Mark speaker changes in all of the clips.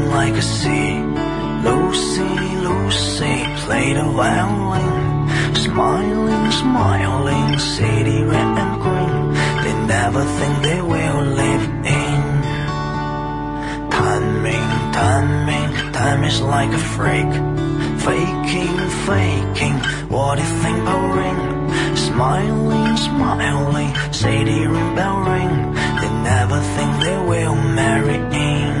Speaker 1: legacy. Lucy, Lucy played a violin. Smiling, smiling, city red and green. They never think they will live in. Timing, timing, time is like a freak. Faking, faking, what if thing will ring? Smiling, smiling, city ring bell ring. They never think they will marry in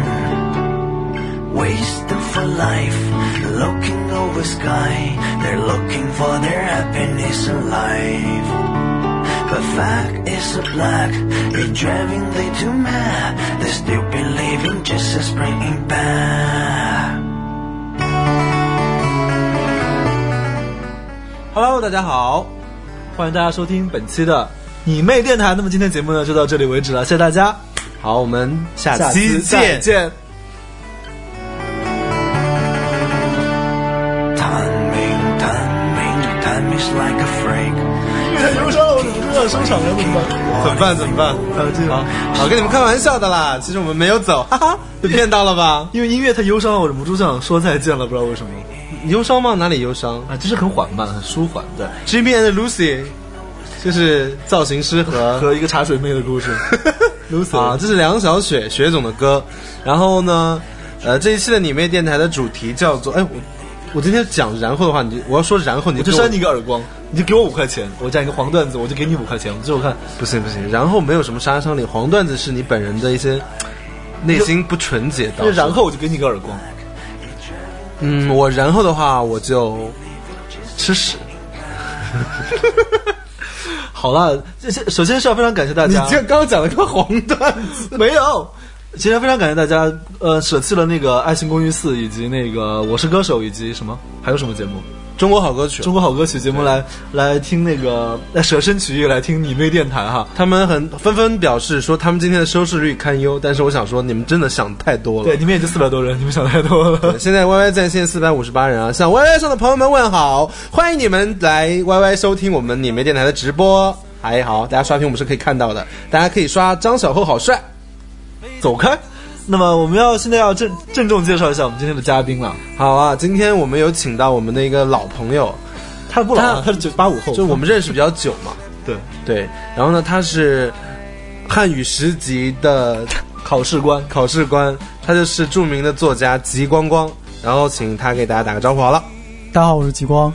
Speaker 1: wasted for life, looking over sky. They're looking for their happiness alive. But fact is a black, you're driving they too mad. They still believe in Jesus bringing back.
Speaker 2: Hello，大家好，欢迎大家收听本期的你妹电台。那么今天节目呢就到这里为止了，谢谢大家，
Speaker 3: 好，我们下
Speaker 2: 下
Speaker 3: 期
Speaker 2: 期再
Speaker 3: 见。
Speaker 2: 见。
Speaker 1: Timing, timing, time is like a freak.
Speaker 2: 有时候热收场了怎么办？
Speaker 3: 怎么办？怎么办？
Speaker 2: 呃，这个
Speaker 3: 好，跟你们开玩笑的啦。其实我们没有走，哈哈，被骗到了吧？
Speaker 2: 因为音乐它忧伤，我忍不住就想说再见了，不知道为什么
Speaker 3: 忧伤吗？哪里忧伤
Speaker 2: 啊，就是很缓慢，很舒缓，对，
Speaker 3: ？Jimmy and Lucy，就是造型师和
Speaker 2: 和一个茶水妹的故 事。Lucy
Speaker 3: 啊，这是梁小雪雪总的歌。然后呢，呃，这一期的你妹电台的主题叫做……哎，我我今天讲然后的话，你就我要说然后，你
Speaker 2: 我
Speaker 3: 就
Speaker 2: 就
Speaker 3: 跟我
Speaker 2: 扇你一个耳光，你就给我五块钱，我讲一个黄段子，我就给你五块钱，这我看
Speaker 3: 不行不行，然后没有什么杀伤力。黄段子是你本人的一些内心不纯洁导
Speaker 2: 那
Speaker 3: 致的。
Speaker 2: 然后我就给你一个耳光。
Speaker 3: 嗯，我然后的话我就吃 屎。
Speaker 2: 好了，这这首先是要非常感谢大
Speaker 3: 你
Speaker 2: 家，
Speaker 3: 这刚讲了个黄段子，
Speaker 2: 没有。其实非常感谢大家，呃，舍弃了那个《爱情公寓四》以及那个《我是歌手》以及什么，还有什么节目？
Speaker 3: 中国好歌曲
Speaker 2: 中。国好歌曲节目来来听那 个，来舍身取义来听你妹电台哈。
Speaker 3: 他们很纷纷表示说，他们今天的收视率堪忧，但是我想说，你们真的想太多了。
Speaker 2: 对，你们也就四百多人，你们想太多了。
Speaker 3: 现在 YY 在线四百五十八人啊，向 YY 上的朋友们问好，欢迎你们来 YY 收听我们你们电台的直播。还好，大家刷屏我们是可以看到的，大家可以刷张小厚好帅，
Speaker 2: 走开。那么我们要现在要郑郑重介绍一下我们今天的嘉宾了，
Speaker 3: 好啊，今天我们有请到我们的一个老朋友，
Speaker 2: 他不老啊，
Speaker 3: 他
Speaker 2: 他是九八五后，
Speaker 3: 就我们认识比较久嘛，
Speaker 2: 对
Speaker 3: 对，然后呢，他是汉语十级的
Speaker 2: 考试官。
Speaker 3: 考试官，他就是著名的作家吉光光，然后请他给大家打个招呼好了。
Speaker 4: 大家好，我是极光，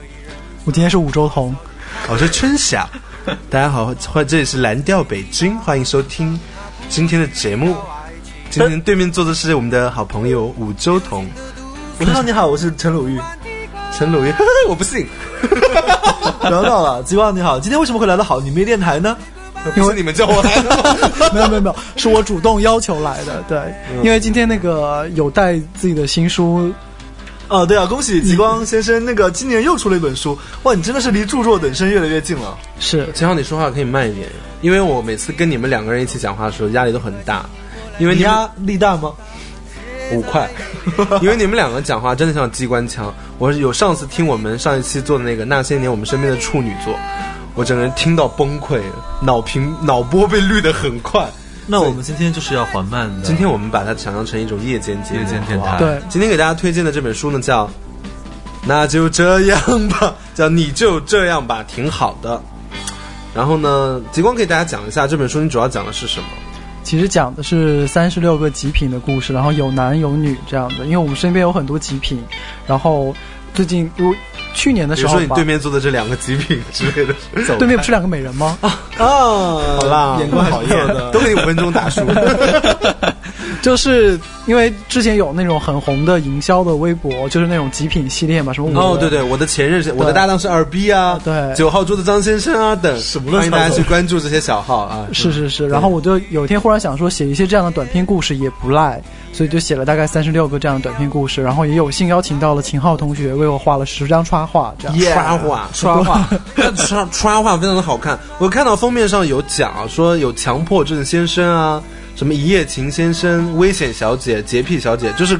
Speaker 4: 我今天是五洲同。
Speaker 3: 我是春霞， 大家好，欢这里是蓝调北京，欢迎收听今天的节目。今天对面坐的是我们的好朋友五洲同
Speaker 2: 我 说你好，我是陈鲁豫。
Speaker 3: 陈鲁豫， 我不信，
Speaker 2: 聊到了，吉光你好，今天为什么会来到好你妹电台呢？
Speaker 3: 不是你们叫我来的 吗。
Speaker 4: 没有没有没有，是我主动要求来的。对，
Speaker 3: 嗯
Speaker 4: 因为今天那个有带自己的新书，
Speaker 2: 啊，对啊，恭喜极光先生，那个今年又出了一本书，哇，你真的是离著作等身越来越近了。
Speaker 4: 是
Speaker 3: 秦昊，你说话可以慢一点，因为我每次跟你们两个人一起讲话的时候，压力都很大，因为
Speaker 2: 你
Speaker 3: 你们
Speaker 2: 压力大吗？
Speaker 3: 五 块，因为你们两个讲话真的像机关枪。我有上次听我们上一期做的那个《那些年我们身边的处女座》，我整个人听到崩溃，脑屏脑波被绿得很快。
Speaker 5: 那我们今天就是要缓慢的，
Speaker 3: 今天我们把它想象成一种夜间节目
Speaker 5: 夜间电台，
Speaker 4: 对，
Speaker 3: 今天给大家推荐的这本书呢，叫《那就这样吧》，叫《你就这样吧》，挺好的。然后呢，极光给大家讲一下这本书，你主要讲的是什么？
Speaker 4: 其实讲的是三十六个极品的故事，然后有男有女这样的。因为我们身边有很多极品，然后最近我去年的
Speaker 3: 比
Speaker 4: 时
Speaker 3: 如
Speaker 4: 候
Speaker 3: 说你
Speaker 4: 吧，
Speaker 3: 对面坐的这两个极品之 类的，
Speaker 4: 对面不是两个美人吗？
Speaker 3: 啊，好啦，
Speaker 2: 眼光好艳 的
Speaker 3: 都给你五分钟打书。
Speaker 4: 就是因为之前有那种很红的营销的微博，就是那种极品系列嘛，什么五
Speaker 3: 哦，对对，我的前任是我的搭档是二逼啊，
Speaker 4: 对
Speaker 3: 九号桌的张先生啊等，
Speaker 2: 什么
Speaker 3: 欢
Speaker 2: 乱七
Speaker 3: 迎
Speaker 2: 八糟
Speaker 3: 大家去关注这些小号啊。
Speaker 4: 是是是，然后我就有一天忽然想说，写一些这样的短篇故事也不赖，所以就写了大概三十六个这样的短篇故事，然后也有幸邀请到了秦昊同学为我画了十张插画，这样。
Speaker 3: 刷画，刷画， 那刷刷画非常的好看。我看到封面上有讲啊说有强迫症先生啊，什么一夜情先生、危险小姐、洁癖小姐，就是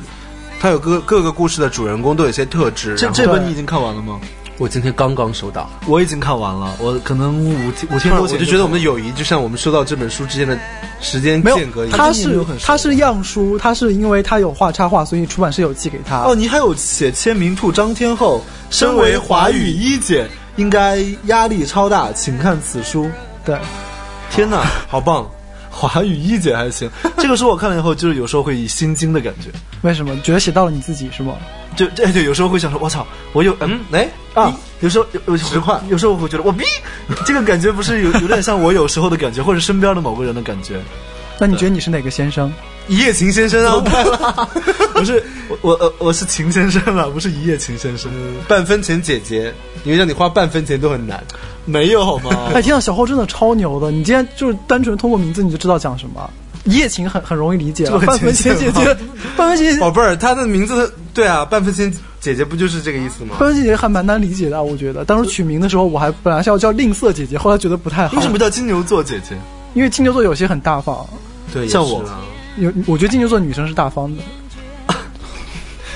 Speaker 3: 它有各各个故事的主人公都有一些特质。
Speaker 2: 这
Speaker 3: 然后
Speaker 2: 这本你已经看完了吗？
Speaker 3: 我今天刚刚收到，
Speaker 2: 我已经看完了，我可能五天五天多
Speaker 3: 我
Speaker 2: 前
Speaker 3: 就觉得我们的友谊就像我们收到这本书之间的时间
Speaker 4: 没有
Speaker 3: 间隔，一样。
Speaker 4: 他
Speaker 2: 他真的没
Speaker 4: 是
Speaker 2: 有很熟
Speaker 4: 他是样书，他是因为他有画插画，所以出版社有寄给他。
Speaker 2: 哦，你还有写签名兔张天后，身为华语一姐，应该压力超大，请看此书。
Speaker 4: 对，
Speaker 2: 天 哪，
Speaker 3: 好棒！
Speaker 2: 华语一姐还行，这个书我看了以后，就是有时候会心惊的感觉，
Speaker 4: 为什么？觉得写到了你自己是吗？
Speaker 2: 就这就有时候会想说，我操，我有
Speaker 3: 嗯，
Speaker 2: 嗯
Speaker 3: 哎，
Speaker 2: 啊，有时候有有十块，有时候我会觉得我逼，这个感觉不是有有点像我有时候的感觉，或者身边的某个人的感觉。
Speaker 4: 那你觉得你是哪个先生？
Speaker 3: 一夜情先生啊，
Speaker 2: 不是我我呃我是秦先生了，不是一夜情先生，
Speaker 3: 嗯半分钱姐姐，因为让你花半分钱都很难。
Speaker 2: 没有好
Speaker 3: 哦
Speaker 2: 吗？
Speaker 4: 哎，天呐，小霍真的超牛的！你今天就是单纯通过名字你就知道讲什么。一夜情很很容易理解
Speaker 2: 这
Speaker 4: 了，
Speaker 2: 么
Speaker 4: 半分
Speaker 2: 浅
Speaker 4: 钱
Speaker 2: 显
Speaker 4: 姐
Speaker 2: 吗
Speaker 4: 姐，半分钱姐姐
Speaker 3: 宝贝儿，哦他的名字对啊，半分钱姐姐不就是这个意思吗？
Speaker 4: 半分钱姐姐还蛮难理解的，我觉得。当时取名的时候，我还本来是要叫吝啬姐姐，后来觉得不太好
Speaker 2: 为，什么叫金牛座姐姐？
Speaker 4: 因为金牛座有些很大方，
Speaker 3: 对，
Speaker 2: 像
Speaker 3: 也是啊
Speaker 2: 我
Speaker 3: 啦
Speaker 4: 有我觉得金牛座女生是大方的。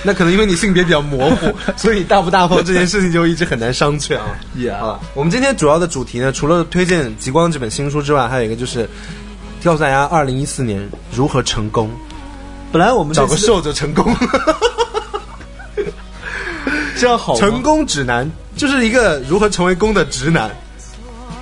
Speaker 3: 那可能因为你性别比较模 糊，所以你大不大方这件事情就一直很难商榷 啊。
Speaker 2: Yeah
Speaker 3: 好了，我们今天主要的主题呢，除了推荐《极光》这本新书之外，还有一个就是告诉大家，二零一四年如何成功，
Speaker 2: 本来我们
Speaker 3: 找
Speaker 2: 这
Speaker 3: 个
Speaker 2: 期的
Speaker 3: 瘦就成功，
Speaker 2: 这样好吗
Speaker 3: 成功指南就是一个如何成为功的直男，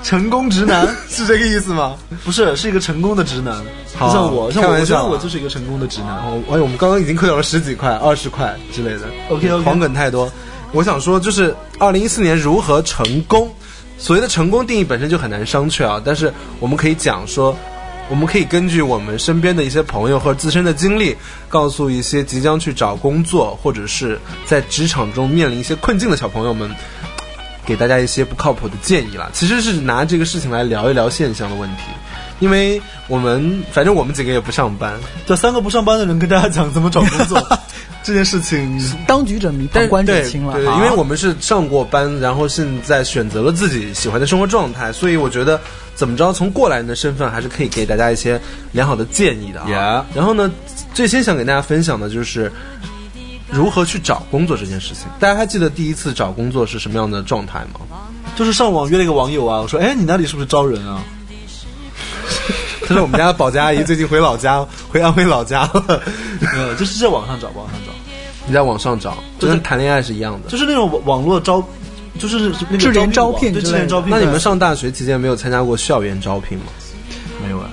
Speaker 2: 成功直男
Speaker 3: 是这个意思吗？
Speaker 2: 不是是一个成功的直男，
Speaker 3: 好
Speaker 2: 不像我像
Speaker 3: 开
Speaker 2: 我，
Speaker 3: 玩
Speaker 2: 我觉
Speaker 3: 笑啊
Speaker 2: 得我就是一个成功的直男。
Speaker 3: 哦，哎，我们刚刚已经扣掉了十几块、二十块之类的。
Speaker 2: OK，OK
Speaker 3: 黄梗太多。我想说，就是二零一四年如何成功。所谓的成功定义本身就很难商榷啊，但是我们可以讲说，我们可以根据我们身边的一些朋友或者自身的经历，告诉一些即将去找工作或者是在职场中面临一些困境的小朋友们，给大家一些不靠谱的建议啦。其实是拿这个事情来聊一聊现象的问题，因为我们反正我们几个也不上班，
Speaker 2: 这三个不上班的人跟大家讲怎么找工 作这件事情，
Speaker 4: 当局者迷，
Speaker 3: 但
Speaker 4: 旁观者
Speaker 3: 对
Speaker 4: 清了。
Speaker 3: 对，因为我们是上过班，然后现在选择了自己喜欢的生活状态，所以我觉得怎么着，从过来人的身份还是可以给大家一些良好的建议的啊。
Speaker 2: Yeah
Speaker 3: 然后呢，最先想给大家分享的就是。如何去找工作这件事情，大家还记得第一次找工作是什么样的状态吗？
Speaker 2: 就是上网约了一个网友啊，我说哎你那里是不是招人啊？
Speaker 3: 他说我们家的保洁阿姨最近回老家， 回安徽老家了。
Speaker 2: 没有，就是在网上找，网上找，
Speaker 3: 你在网上找，就
Speaker 2: 就是
Speaker 3: 跟谈恋爱是一样的。
Speaker 2: 就是那种网网络招，就是那个
Speaker 4: 智联
Speaker 2: 招
Speaker 4: 招聘
Speaker 2: 对
Speaker 4: 之
Speaker 2: 智
Speaker 4: 类
Speaker 2: 联
Speaker 4: 的
Speaker 2: 招聘。
Speaker 3: 那你们上大学期间没有参加过校园招聘吗？
Speaker 2: 没有啊？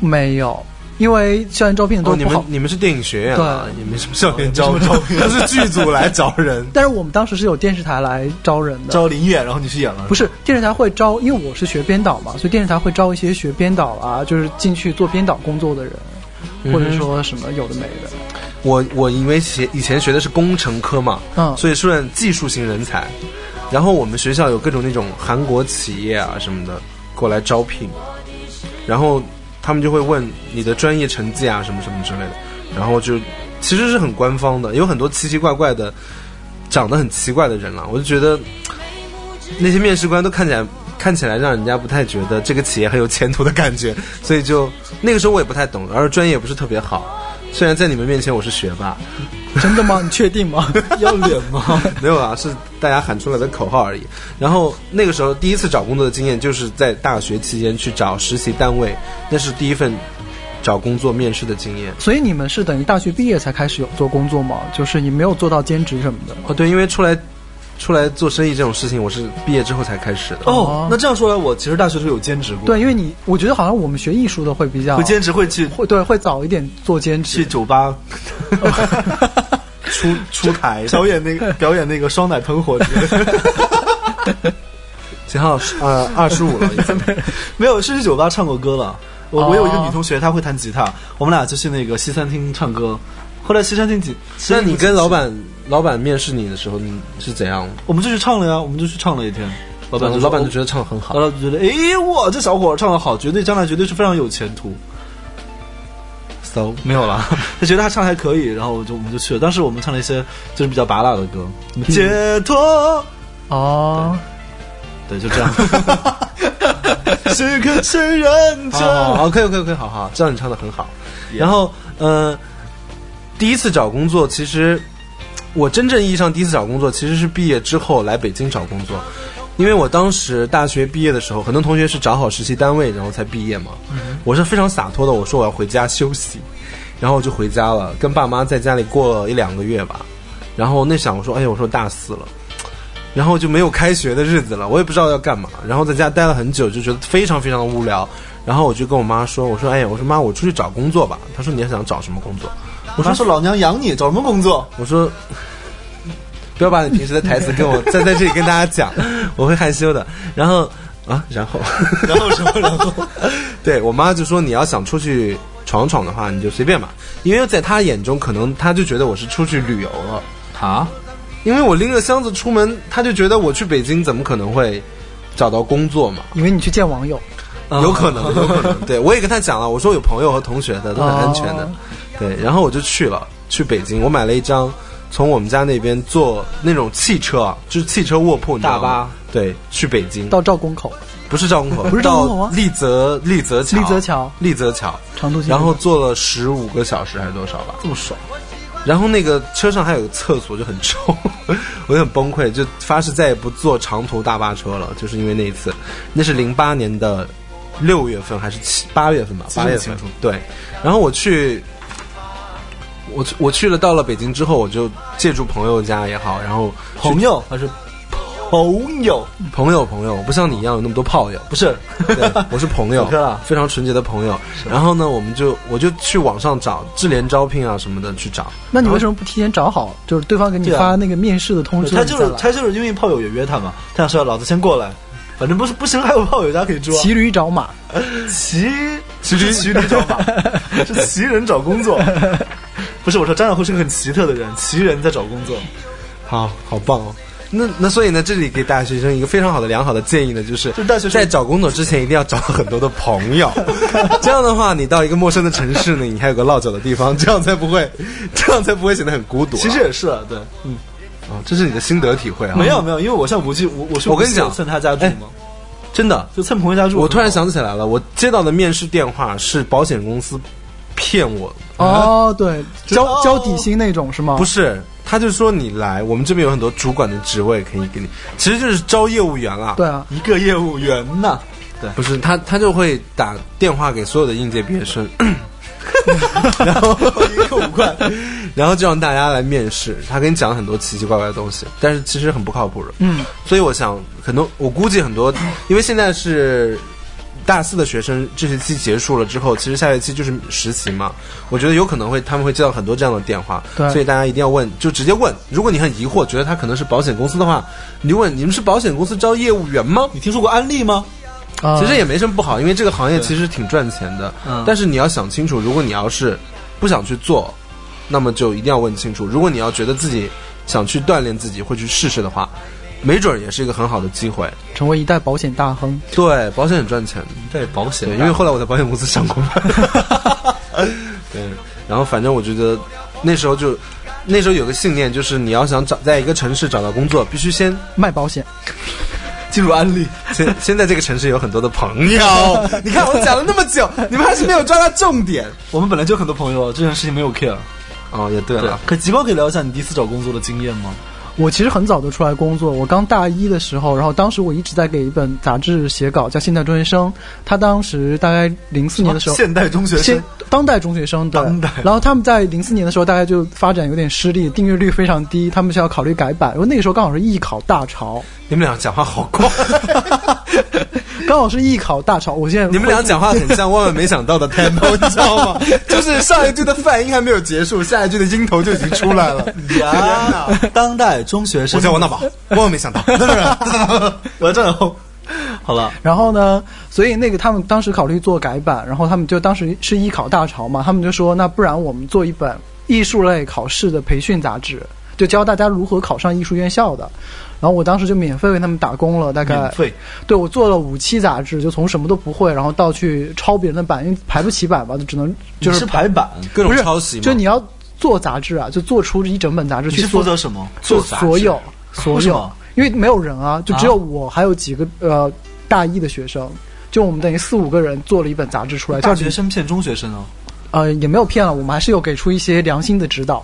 Speaker 4: 没有，因为校园招聘
Speaker 3: 哦，
Speaker 4: 都
Speaker 3: 你
Speaker 4: 不
Speaker 3: 们
Speaker 4: 好。
Speaker 3: 你们是电影学院啊，
Speaker 4: 对。
Speaker 3: 也没什么校园 招聘，他是剧组来找人
Speaker 4: 但是我们当时是有电视台来招人的，
Speaker 2: 招林演，然后你去演了，
Speaker 4: 不是电视台会招，因为我是学编导嘛，所以电视台会招一些学编导啊，就是进去做编导工作的人，或者说什么有的没的。
Speaker 3: 我我因为学以前学的是工程科嘛，
Speaker 4: 嗯
Speaker 3: 所以算技术型人才。然后我们学校有各种那种韩国企业啊什么的过来招聘，然后他们就会问你的专业成绩啊什么什么之类的，然后就其实是很官方的，有很多奇奇怪怪的，长得很奇怪的人了，我就觉得那些面试官都看起来看起来让人家不太觉得这个企业很有前途的感觉，所以就那个时候我也不太懂，而专业也不是特别好。虽然在你们面前我是学 霸，
Speaker 4: 真的吗？你确定吗？
Speaker 2: 要脸吗？
Speaker 3: 没有啊，是大家喊出来的口号而已。然后那个时候第一次找工作的经验就是在大学期间去找实习单位，那是第一份找工作面试的经验。
Speaker 4: 所以你们是等于大学毕业才开始有做工作吗？就是你没有做到兼职什么的。
Speaker 3: 哦，对，因为出来出来做生意这种事情，我是毕业之后才开始的。
Speaker 2: 哦，那这样说来，我其实大学时候有兼职过，
Speaker 4: 对，因为啊你我觉得好像我们学艺术的会比较
Speaker 2: 会兼职会去
Speaker 4: 会对会早一点做兼
Speaker 2: 去
Speaker 4: 职。
Speaker 2: 酒 吧
Speaker 3: 出出台
Speaker 2: 表演那个表演那个双奶喷火之类啊的，
Speaker 3: 秦昊呃二十五了已 经，
Speaker 2: 没有是去酒吧唱过歌了。我我有一个
Speaker 4: 哦
Speaker 2: 女同学，她会弹吉他，我们俩就去那个西餐厅唱歌。后来西餐厅几，
Speaker 3: 那你跟老板老板面试你的时候你是怎样？
Speaker 2: 我们就去唱了呀，我们就去唱了一天。老板就
Speaker 3: 老板就觉
Speaker 2: 得，
Speaker 3: 得唱得很好
Speaker 2: 老。板就觉得，哎，哇，这小伙儿唱的好，绝对将来绝对是非常有前途。
Speaker 3: So
Speaker 2: 没有 了，他觉得他唱得还可以，然后我就我们就去了。当时我们唱了一些就是比较拔辣的歌，什么解脱，
Speaker 4: 哦，
Speaker 2: 对，就这样。是个痴人
Speaker 3: 好好好，可以可以可以，好好，知道你唱的很好。
Speaker 2: Yeah
Speaker 3: 然后，呃，第一次找工作，其实我真正意义上第一次找工作其实是毕业之后来北京找工作，因为我当时大学毕业的时候，很多同学是找好实习单位然后才毕业嘛，我是非常洒脱的，我说我要回家休息，然后我就回家了，跟爸妈在家里过了一两个月吧，然后那想我说，哎呀，我说大四了。然后就没有开学的日子了，我也不知道要干嘛。然后在家待了很久，就觉得非常非常的无聊。然后我就跟我妈说：“我说，哎呀，我说妈，我出去找工作吧。”她说：“你想找什么工作？”
Speaker 2: 我妈说老娘养你，找什么工作？
Speaker 3: 我说，不要把你平时的台词跟我再在这里跟大家讲，我会害羞的。然后啊，然后，
Speaker 2: 然后什么？然 后
Speaker 3: 对我妈就说你要想出去闯闯的话，你就随便吧，因为在她眼中，可能她就觉得我是出去旅游了，
Speaker 5: 啊，
Speaker 3: 因为我拎着箱子出门，她就觉得我去北京怎么可能会找到工作嘛？
Speaker 4: 以为你去见网友，
Speaker 3: 有可能，有可能。对我也跟他讲了，我说有朋友和同学的都很安全的
Speaker 4: 哦，
Speaker 3: 对。然后我就去了，去北京，我买了一张从我们家那边坐那种汽车，啊，就是汽车卧铺，你知道
Speaker 5: 大
Speaker 3: 吗
Speaker 5: 巴，
Speaker 3: 对，去北京，
Speaker 4: 到赵公口
Speaker 3: 不是赵公口，
Speaker 4: 不是赵公口
Speaker 3: 到
Speaker 4: 吗
Speaker 3: 丽泽丽泽桥，
Speaker 4: 丽泽桥
Speaker 3: 丽泽桥，
Speaker 4: 长途汽车
Speaker 3: 然后坐了十五个小时还是多少吧，
Speaker 2: 这么爽，
Speaker 3: 然后那个车上还有个厕所，就很臭， 我就很崩溃，就发誓再也不坐长途大巴车了，就是因为那一次，那是零八年的六月份还是七八月份吧，
Speaker 2: 记得
Speaker 3: 八
Speaker 2: 很
Speaker 3: 月
Speaker 2: 清
Speaker 3: 份
Speaker 2: 楚，
Speaker 3: 对，然后我去。我去我去了，到了北京之后，我就借住朋友家也好，然后去
Speaker 2: 朋友还是朋友？
Speaker 3: 朋友朋友，我不像你一样有那么多炮友，
Speaker 2: 不 是，
Speaker 3: 对，我是朋 友
Speaker 2: 小哥啊，
Speaker 3: 非常纯洁的朋友。然后呢，我们就我就去网上找智联招聘啊什么的去找。
Speaker 4: 那你
Speaker 3: 然后
Speaker 4: 为什么不提前找好？就是对方给你
Speaker 2: 对啊
Speaker 4: 发那个面试的通知，
Speaker 2: 他
Speaker 4: 你
Speaker 2: 就
Speaker 4: 再
Speaker 2: 是
Speaker 4: 来
Speaker 2: 他就是因为炮友也约他嘛，他想说老子先过来，反正不是不行，还有炮友家可以住啊。
Speaker 4: 骑驴找马，
Speaker 2: 骑骑驴骑驴找马， 是骑人找工作。不是我说，张小慧是个很奇特的人，骑人在找工作。
Speaker 3: 好好棒哦！那那所以呢，这里给大学生一个非常好的良好的建议呢，就是
Speaker 2: 就是大学生
Speaker 3: 在找工作之前一定要找很多的朋 友，这样的话，你到一个陌生的城市呢，你还有个落脚的地方， 这样才不会，这样才不会显得很孤独啊、
Speaker 2: 其实也是啊，对，嗯，
Speaker 3: 啊，这是你的心得体会啊。
Speaker 2: 没有，没有，因为我像无忌，我我是
Speaker 3: 我跟你讲
Speaker 2: 无忌蹭他家住嘛，
Speaker 3: 真的，
Speaker 2: 就蹭朋友家住。
Speaker 3: 我突然想起来了，我接到的面试电话是保险公司骗我的
Speaker 2: 啊
Speaker 4: 哦，对，
Speaker 2: 知道
Speaker 4: 交交底薪那种是吗？
Speaker 3: 不是，他就说你来，我们这边有很多主管的职位可以给你，其实就是招业务员啦。
Speaker 4: 对，啊，
Speaker 2: 一个业务员呐，
Speaker 3: 不是他，他就会打电话给所有的应届毕业 生，然后一个五块，然后就让大家来面试。他跟你讲了很多奇奇怪怪的东西，但是其实很不靠谱的。
Speaker 4: 嗯，
Speaker 3: 所以我想，很多我估计很多，因为现在是大四的学生，这学期结束了之后，其实下学期就是实习嘛。我觉得有可能会他们会接到很多这样的电话，
Speaker 4: 对
Speaker 3: 所以大家一定要问，就直接问。如果你很疑惑，觉得他可能是保险公司的话，你就问你们是保险公司招业务员吗？
Speaker 2: 你听说过安利吗？
Speaker 4: 啊
Speaker 3: 其实也没什么不好，因为这个行业其实挺赚钱的。
Speaker 2: 嗯
Speaker 3: 但是你要想清楚，如果你要是不想去做，那么就一定要问清楚。如果你要觉得自己想去锻炼自己，会去试试的话，没准儿也是一个很好的机会。
Speaker 4: 成为一代保险大亨，
Speaker 3: 对，保险很赚钱。
Speaker 5: 对保险
Speaker 3: 对，因为后来我在保险公司上过班。 对，然后反正我觉得那时候就，那时候有个信念，就是你要想找在一个城市找到工作，必须先
Speaker 4: 卖保险，
Speaker 2: 进入安利，
Speaker 3: 现现在这个城市有很多的朋友， 你看我讲了那么久，你们还是没有抓到重点。
Speaker 2: 我们本来就很多朋友，啊这件事情没有 care。
Speaker 3: 哦，也对
Speaker 2: 对
Speaker 3: 了，，
Speaker 2: 可极光可以聊一下你第一次找工作的经验吗？
Speaker 4: 我其实很早就出来工作，我刚大一的时候，然后当时我一直在给一本杂志写稿，叫《现代中学生》，他当时大概零四年的时候。
Speaker 2: 啊现代中学
Speaker 4: 现
Speaker 2: 生，
Speaker 4: 当代中学生对
Speaker 2: 当代，
Speaker 4: 然后他们在零四年的时候，大概就发展有点失利，订阅率非常低，他们需要考虑改版。因为那个时候刚好是艺考大 潮，
Speaker 3: 你们俩讲话好快，
Speaker 4: 刚好是艺考大潮。我现在
Speaker 3: 你们俩讲话很像万万没想到的 tempo，你 知道吗？就是上一句的泛音还没有结束，下一句的音头就已经出来 了。
Speaker 2: 呀，当代中学生，
Speaker 3: 我叫王大 宝，万万没 想到。
Speaker 2: 我站后。好了，
Speaker 4: 然后呢，所以那个他们当时考虑做改版，然后他们就当时是艺考大潮嘛，他们就说那不然我们做一本艺术类考试的培训杂志，就教大家如何考上艺术院校的。然后我当时就免费为他们打工了，大概
Speaker 2: 免费
Speaker 4: 对我做了五期杂志，就从什么都不会，然后到去抄别人的版，因为排不起版嘛，就只能就
Speaker 2: 你是排版，
Speaker 3: 各
Speaker 4: 不
Speaker 3: 种
Speaker 4: 是
Speaker 3: 抄袭嘛，
Speaker 4: 就你要做杂志啊，就做出一整本杂志
Speaker 2: 你
Speaker 4: 去
Speaker 2: 是
Speaker 4: 做
Speaker 2: 负责什么？
Speaker 4: 就所
Speaker 3: 哦
Speaker 4: 有所
Speaker 2: 为什
Speaker 4: 有
Speaker 2: 么，
Speaker 4: 因为没有人啊，就只有我还有几个呃大一的学生，就我们等于四五个人做了一本杂志
Speaker 2: 呃
Speaker 4: 出来，叫
Speaker 2: 大学生骗中学生啊！
Speaker 4: 呃也没有骗了，我们还是有给出一些良心的指导。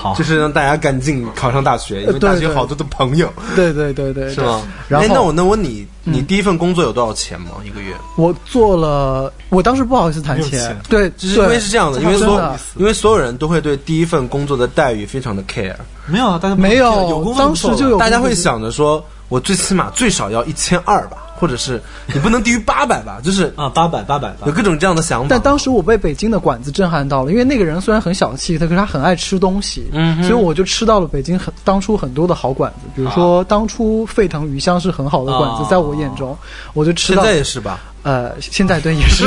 Speaker 2: 好
Speaker 3: 就，是让大家赶紧考上大学，因为
Speaker 4: 呃对
Speaker 3: 大学有
Speaker 4: 对
Speaker 3: 好多的朋友，
Speaker 4: 对对对对，
Speaker 3: 是吗？
Speaker 4: 然后嗯
Speaker 3: 哎那我能问你，你第一份工作有多少钱吗？一个月？
Speaker 4: 我做了，我当时不好意思谈
Speaker 6: 没有
Speaker 4: 钱
Speaker 6: 钱，
Speaker 4: 对，
Speaker 3: 就是因
Speaker 4: 对
Speaker 3: 为是这样的，因为
Speaker 4: 真
Speaker 3: 所
Speaker 4: 的
Speaker 3: 因为所有人都会对第一份工作的待遇非常的 care，
Speaker 2: 没有啊，大家不
Speaker 4: 没有
Speaker 2: 有工作
Speaker 4: 当
Speaker 2: 就
Speaker 4: 时
Speaker 2: 不错
Speaker 4: 就
Speaker 2: 了
Speaker 4: 有
Speaker 3: 大家会想着说，我最起码最少要一千二吧，或者是你不能低于八百吧， 就是
Speaker 2: 啊，八百八百八
Speaker 3: 有，各种这样的想法。
Speaker 4: 但当时我被北京的馆子震撼到了，因为那个人虽然很小气，他可是他很爱吃东西，
Speaker 3: 嗯哼
Speaker 4: 所以我就吃到了北京很当初很多的好馆子，比如
Speaker 3: 啊
Speaker 4: 说当初沸腾鱼香是很好的馆子，
Speaker 2: 啊
Speaker 4: 在我眼中，我就吃
Speaker 3: 哦现
Speaker 4: 到
Speaker 3: 在也是 吧，
Speaker 4: 呃现在对也 是，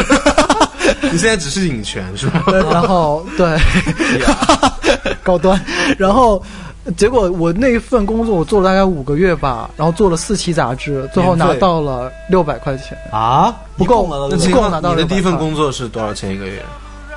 Speaker 3: 你现在只是引权是吧？
Speaker 4: 呃然后对， 高端，然后。结果我那份工作我做了大概五个月吧，然后做了四期杂志，最后
Speaker 3: 免
Speaker 4: 拿
Speaker 3: 费
Speaker 4: 到了六百块钱。
Speaker 2: 啊，
Speaker 4: 不够
Speaker 2: 一共了
Speaker 4: 那
Speaker 2: 对
Speaker 4: 其
Speaker 2: 吧
Speaker 4: 实够拿到
Speaker 3: 你的第一
Speaker 4: 600
Speaker 3: 份
Speaker 4: 块
Speaker 3: 工作是多少钱一个月？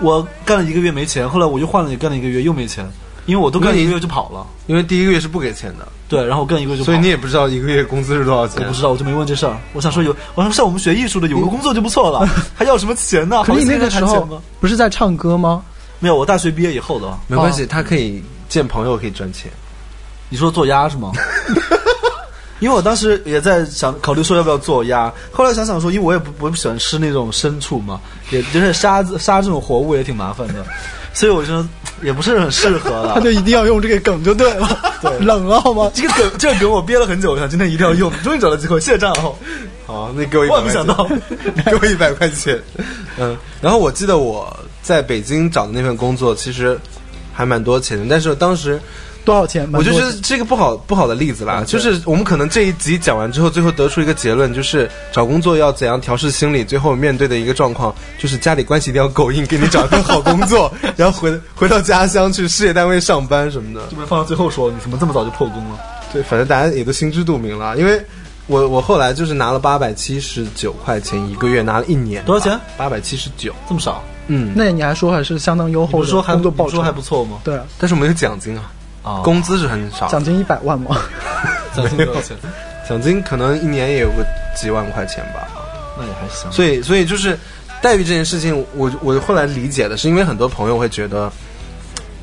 Speaker 2: 我干了一个月没钱，后来我又换了，干了一个月又没钱，因为我都干了一个月就跑了。
Speaker 3: 因为第一个月是不给钱的，
Speaker 2: 对，然后我干一个月就跑
Speaker 3: 所
Speaker 2: 了
Speaker 3: 以你也不知道一个月工资是多少
Speaker 2: 我
Speaker 3: 钱
Speaker 2: 不。知道，我就没问这事儿。我想说有，我想像我们学艺术的有个工作就不错 了，还要什么钱
Speaker 3: 哦
Speaker 2: 呢？
Speaker 4: 可是你那个时
Speaker 2: 好几千块
Speaker 4: 候
Speaker 2: 钱吗
Speaker 4: 不是在唱歌吗？
Speaker 2: 没有，我大学毕业以后的。
Speaker 3: 没关系，他可以见朋友，可以赚钱。
Speaker 2: 你说做鸭是吗？因为我当时也在想考虑说要不要做鸭，后来想想说，因为我也不我也不喜欢吃那种牲畜嘛，也就是杀子杀这种活物也挺麻烦的，所以我说也不是很适合
Speaker 4: 他
Speaker 2: 了。
Speaker 4: 就一定要用这个梗就对了，对， 冷啊了好吗？
Speaker 2: 这个梗这个梗我憋了很久，我想今天一定要用，终于找到机会，谢谢张浩。
Speaker 3: 好，那给我一百
Speaker 2: 万
Speaker 3: 块
Speaker 2: 没
Speaker 3: 钱
Speaker 2: 想到，
Speaker 3: 给我一百块钱。嗯，然后我记得我在北京找的那份工作，其实还蛮多钱的，但是当时
Speaker 4: 多少钱？
Speaker 3: 我就觉
Speaker 4: 蛮多
Speaker 3: 得
Speaker 4: 嗯钱
Speaker 3: 这个不好不好的例子啦，就是我们可能这一集讲完之后，最后得出一个结论，就是找工作要怎样调试心理，最后面对的一个状况就是家里关系一定要够硬，给你找一份好工作， 然后回回到家乡去事业单位上班什么的。
Speaker 2: 这边放到最后说，你怎么这么早就破功了？
Speaker 3: 对，反正大家也都心知肚明了，因为。我我后来就是拿了八百七十九块钱一个月，拿了一年吧
Speaker 2: 多少钱？
Speaker 3: 八百七十九。
Speaker 2: 这么少？
Speaker 3: 嗯，
Speaker 4: 那你还说还是相当优
Speaker 2: 我
Speaker 4: 厚的，
Speaker 2: 说还
Speaker 4: 工作
Speaker 2: 不
Speaker 4: 报酬
Speaker 2: 说还不错吗？
Speaker 4: 对，
Speaker 3: 但是我们有奖金啊，
Speaker 2: 啊
Speaker 3: 工资是很少的，
Speaker 4: 哦奖金一百万嘛，
Speaker 2: 奖金多少钱？
Speaker 3: 奖金可能一年也有个几万块钱吧。
Speaker 2: 那也还行。
Speaker 3: 所以，所以就是待遇这件事情，我我后来理解的是，因为很多朋友会觉得，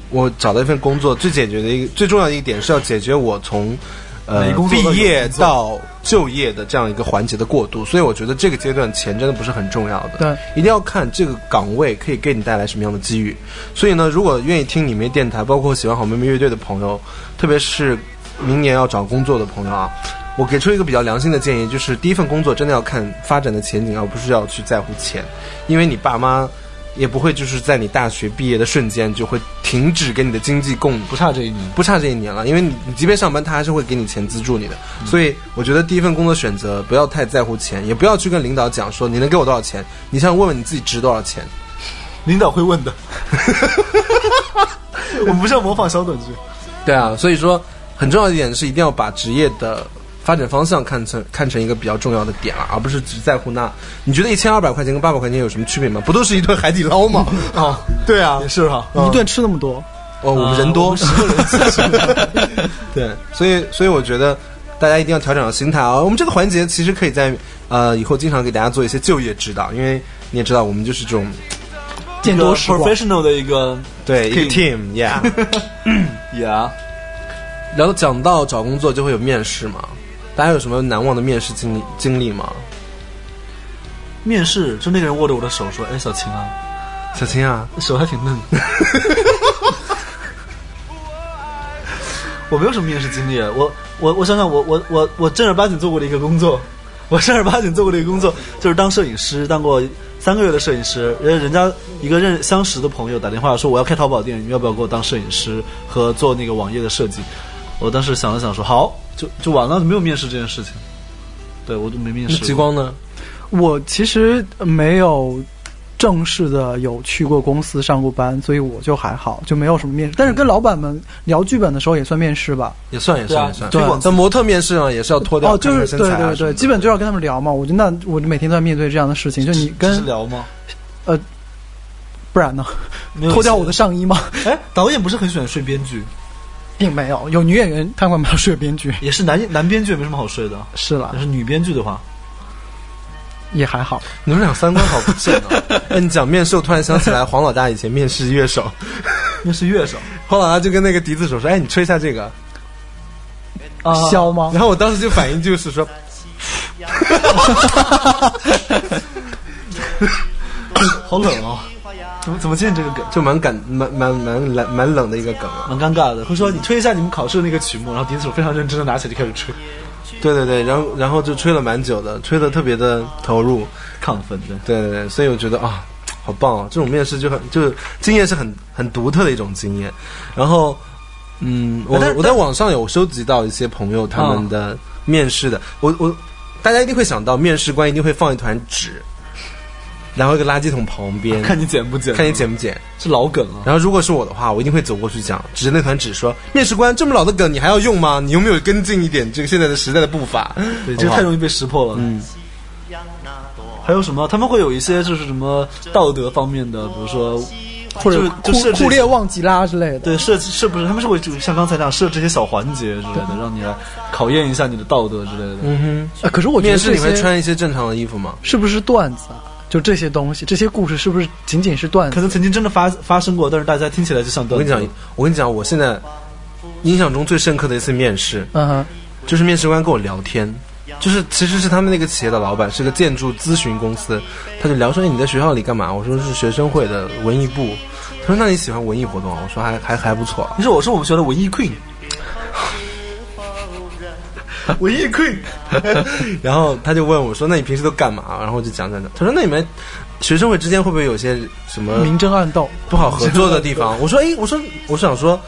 Speaker 3: 我找到一份工作最解决的一个最重要的一点是要解决我从呃
Speaker 2: 没工作到有
Speaker 3: 毕业
Speaker 2: 工作
Speaker 3: 到就业的这样一个环节的过渡。所以我觉得这个阶段钱真的不是很重要的，
Speaker 4: 对，
Speaker 3: 一定要看这个岗位可以给你带来什么样的机遇。所以呢，如果愿意听你们电台，包括喜欢好妹妹乐队的朋友，特别是明年要找工作的朋友啊，我给出一个比较良心的建议，就是第一份工作真的要看发展的前景，而不是要去在乎钱，因为你爸妈也不会就是在你大学毕业的瞬间就会停止给你的经济供
Speaker 2: 不差这一年，
Speaker 3: 不差这一年了，因为你你即便上班，他还是会给你钱资助你的。所以我觉得第一份工作选择不要太在乎钱，也不要去跟领导讲说你能给我多少钱，你先问问你自己值多少钱。
Speaker 2: 领导会问的。我们不是要模仿小短剧，
Speaker 3: 对啊，所以说很重要的一点是一定要把职业的发展方向看成看成一个比较重要的点了，而不是只在乎那。你觉得一千二百块钱跟八百块钱有什么区别吗？不都是一顿海底捞吗？
Speaker 2: 哦，对啊，也是哈。
Speaker 4: 一顿吃那么多，
Speaker 3: 哦，我们人多， 对，所以所以我觉得大家一定要调整好心态啊。我们这个环节其实可以在呃以后经常给大家做一些就业指导，因为你也知道我们就是这种
Speaker 4: 见多识广。
Speaker 2: professional 的一个
Speaker 3: 对一个
Speaker 2: Team
Speaker 3: team，yeah。
Speaker 2: yeah，
Speaker 3: 然后讲到找工作就会有面试嘛，大家有什么难忘的面试经历经历吗？
Speaker 2: 面试就那个人握着我的手说：“哎，小晴啊，
Speaker 3: 小青啊，
Speaker 2: 手还挺嫩。”的。 我没有什么面试经历，我我我想想，我我我我正儿八经做过的一个工作，我正儿八经做过的一个工作就是当摄影师，当过三个月的摄影师。人人家一个认相识的朋友打电话说我要开淘宝店，你要不要给我当摄影师和做那个网页的设计？我当时想了想说好，就就完了，没有面试这件事情。对我就没面
Speaker 3: 那
Speaker 2: 试过。
Speaker 3: 极光呢？
Speaker 4: 我其实没有正式的有去过公司上过班，所以我就还好，就没有什么面试。但是跟老板们聊剧本的时候也算面试吧。
Speaker 3: 也算也
Speaker 2: 对啊
Speaker 3: 算也算。
Speaker 2: 推广
Speaker 3: 但模特面试啊呢，也是要脱掉
Speaker 4: 哦，就
Speaker 3: 看看
Speaker 4: 是
Speaker 3: 身
Speaker 4: 对
Speaker 3: 材啊
Speaker 4: 对
Speaker 3: 什么
Speaker 4: 对，
Speaker 3: 的
Speaker 4: 基本就要跟他们聊嘛。我就那我就每天都在面对这样的事情，就你
Speaker 2: 只是
Speaker 4: 跟
Speaker 2: 聊吗？
Speaker 4: 不然呢？
Speaker 2: 没有
Speaker 4: 脱掉我的上衣吗？
Speaker 2: 哎，导演不是很喜欢睡编剧，
Speaker 4: 并没有，有女演员她管不了睡编剧。
Speaker 2: 也是男男编剧也没什么好睡的，
Speaker 4: 是啦
Speaker 2: 但，是女编剧的话，
Speaker 4: 也还好。
Speaker 3: 你们俩三观好不正啊！哎，你讲面试，我突然想起来黄老大以前面试乐手，
Speaker 2: 那是乐手
Speaker 3: 后来他就跟那个笛子手说：“哎，你吹一下这个。
Speaker 2: 啊，
Speaker 4: 箫吗”？
Speaker 3: 然后我当时就反应就是说，
Speaker 2: 好冷哦，怎么怎么进这个梗？
Speaker 3: 就蛮感蛮蛮蛮蛮蛮冷的一个梗啊。
Speaker 2: 蛮尴尬的，会说你吹一下你们考试的那个曲目，然后笛子手非常认真的拿起来就开始吹，
Speaker 3: 对对对，然后然后就吹了蛮久的，吹的特别的投入。
Speaker 2: 亢奋的。
Speaker 3: 对对对，所以我觉得啊，好棒哦！这种面试就很就是经验是很很独特的一种经验。然后，嗯，我
Speaker 2: 哎但是
Speaker 3: 我在网上有收集到一些朋友他们的面试的，我我大家一定会想到面试官一定会放一团纸，然后一个垃圾桶旁边。
Speaker 2: 看你捡不捡，
Speaker 3: 看你捡不啊捡。
Speaker 2: 是老梗啊了。
Speaker 3: 然后，如果是我的话，我一定会走过去讲，指着那团纸说：“面试官，这么老的梗你还要用吗？你有没有跟进一点这个现在的时代的步伐？”
Speaker 2: 对，这个太容
Speaker 3: 易。
Speaker 2: 易被识破了。
Speaker 3: 嗯，
Speaker 2: 还有什么？他们会有一些就是什么道德方面的，比如说，
Speaker 4: 或者
Speaker 2: 就
Speaker 4: 库
Speaker 2: 是
Speaker 4: 库列旺吉拉之类的。
Speaker 2: 对设计是不是他们是会就像刚才那样设置一些小环节之类的，让你来考验一下你的道德之类的。
Speaker 3: 嗯
Speaker 4: 啊，可是我
Speaker 3: 哼。
Speaker 4: 觉
Speaker 3: 面
Speaker 4: 得
Speaker 3: 试
Speaker 4: 这
Speaker 3: 你会
Speaker 4: 些
Speaker 3: 穿一些正常的衣服吗？
Speaker 4: 是不是段子啊？就这些东西，这些故事是不是仅仅是段
Speaker 2: 可
Speaker 4: 子？
Speaker 2: 能曾经真的发发生过，但是大家听起来就像
Speaker 3: 我
Speaker 2: 段
Speaker 3: 跟你
Speaker 2: 子。
Speaker 3: 讲，我跟你讲，我现在印象中最深刻的一次面试，
Speaker 4: 嗯哼，
Speaker 3: 就是面试官跟我聊天，就是其实是他们那个企业的老板是个建筑咨询公司，他就聊说、哎、你在学校里干嘛？我说是学生会的文艺部。他说那你喜欢文艺活动啊？我说还还还不错啊。
Speaker 2: 你说我是我们学校的文艺 queen，文艺 queen，
Speaker 3: 然后他就问我说那你平时都干嘛？然后我就讲讲讲。他说那你们学生会之间会不会有些什
Speaker 2: 呃
Speaker 3: 么
Speaker 4: 明争暗斗，
Speaker 3: 不好合作的地方。我说，哎，我说，我想说，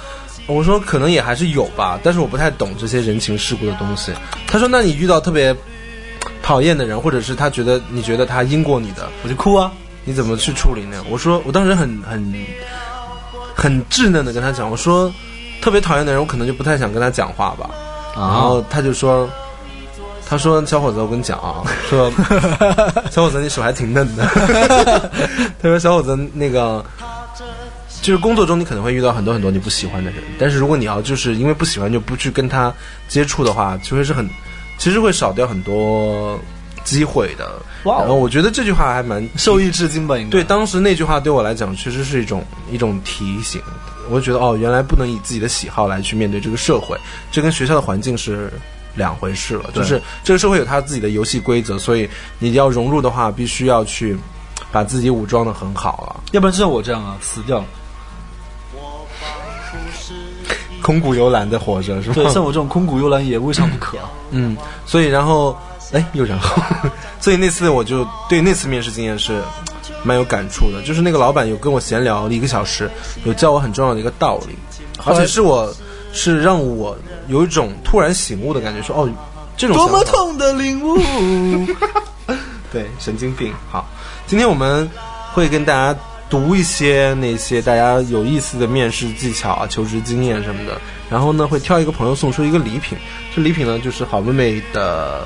Speaker 3: 我说可能也还是有吧，但是我不太懂这些人情世故的东西。他说，那你遇到特别讨厌的人，或者是他觉得你觉得他阴过你的，
Speaker 2: 我就哭啊。
Speaker 3: 你怎么去处理呢？我说，我当时很很很稚嫩的跟他讲，我说特别讨厌的人，我可能就不太想跟他讲话吧。
Speaker 2: 啊
Speaker 3: 然后他就说。他说：“小伙子，我跟你讲 啊，说小伙子，你手还挺嫩的。他说，小伙子，那个就是工作中你可能会遇到很多很多你不喜欢的人，但是如果你要就是因为不喜欢就不去跟他接触的话，就会是很，其实会少掉很多机会的。
Speaker 2: 哇哦
Speaker 3: 然后我觉得这句话还蛮
Speaker 2: 受益至今吧，应该
Speaker 3: 对，当时那句话对我来讲，确实是一种一种提醒。我就觉得哦，原来不能以自己的喜好来去面对这个社会，这跟学校的环境是两回事了。就是这个社会有它自己的游戏规则，所以你要融入的话，必须要去把自己武装的很好啊了。
Speaker 2: 要不然就像我这样啊，死掉。
Speaker 3: 空谷幽兰的活着是吧？
Speaker 2: 对，像我这种空谷幽兰也未尝不可啊。
Speaker 3: 嗯，所以然后，哎，又然后， 所以那次我就对那次面试经验是蛮有感触的，就是那个老板有跟我闲聊了一个小时，有教我很重要的一个道理，而且是我是让我有一种突然醒悟的感觉，说哦，这种
Speaker 2: 多么
Speaker 3: 想法
Speaker 2: 痛的领悟！
Speaker 3: 对，神经病。好，今天我们会跟大家读一些那些大家有意思的面试技巧啊、求职经验什么的。然后呢，会挑一个朋友送出一个礼品，这礼品呢就是好妹妹的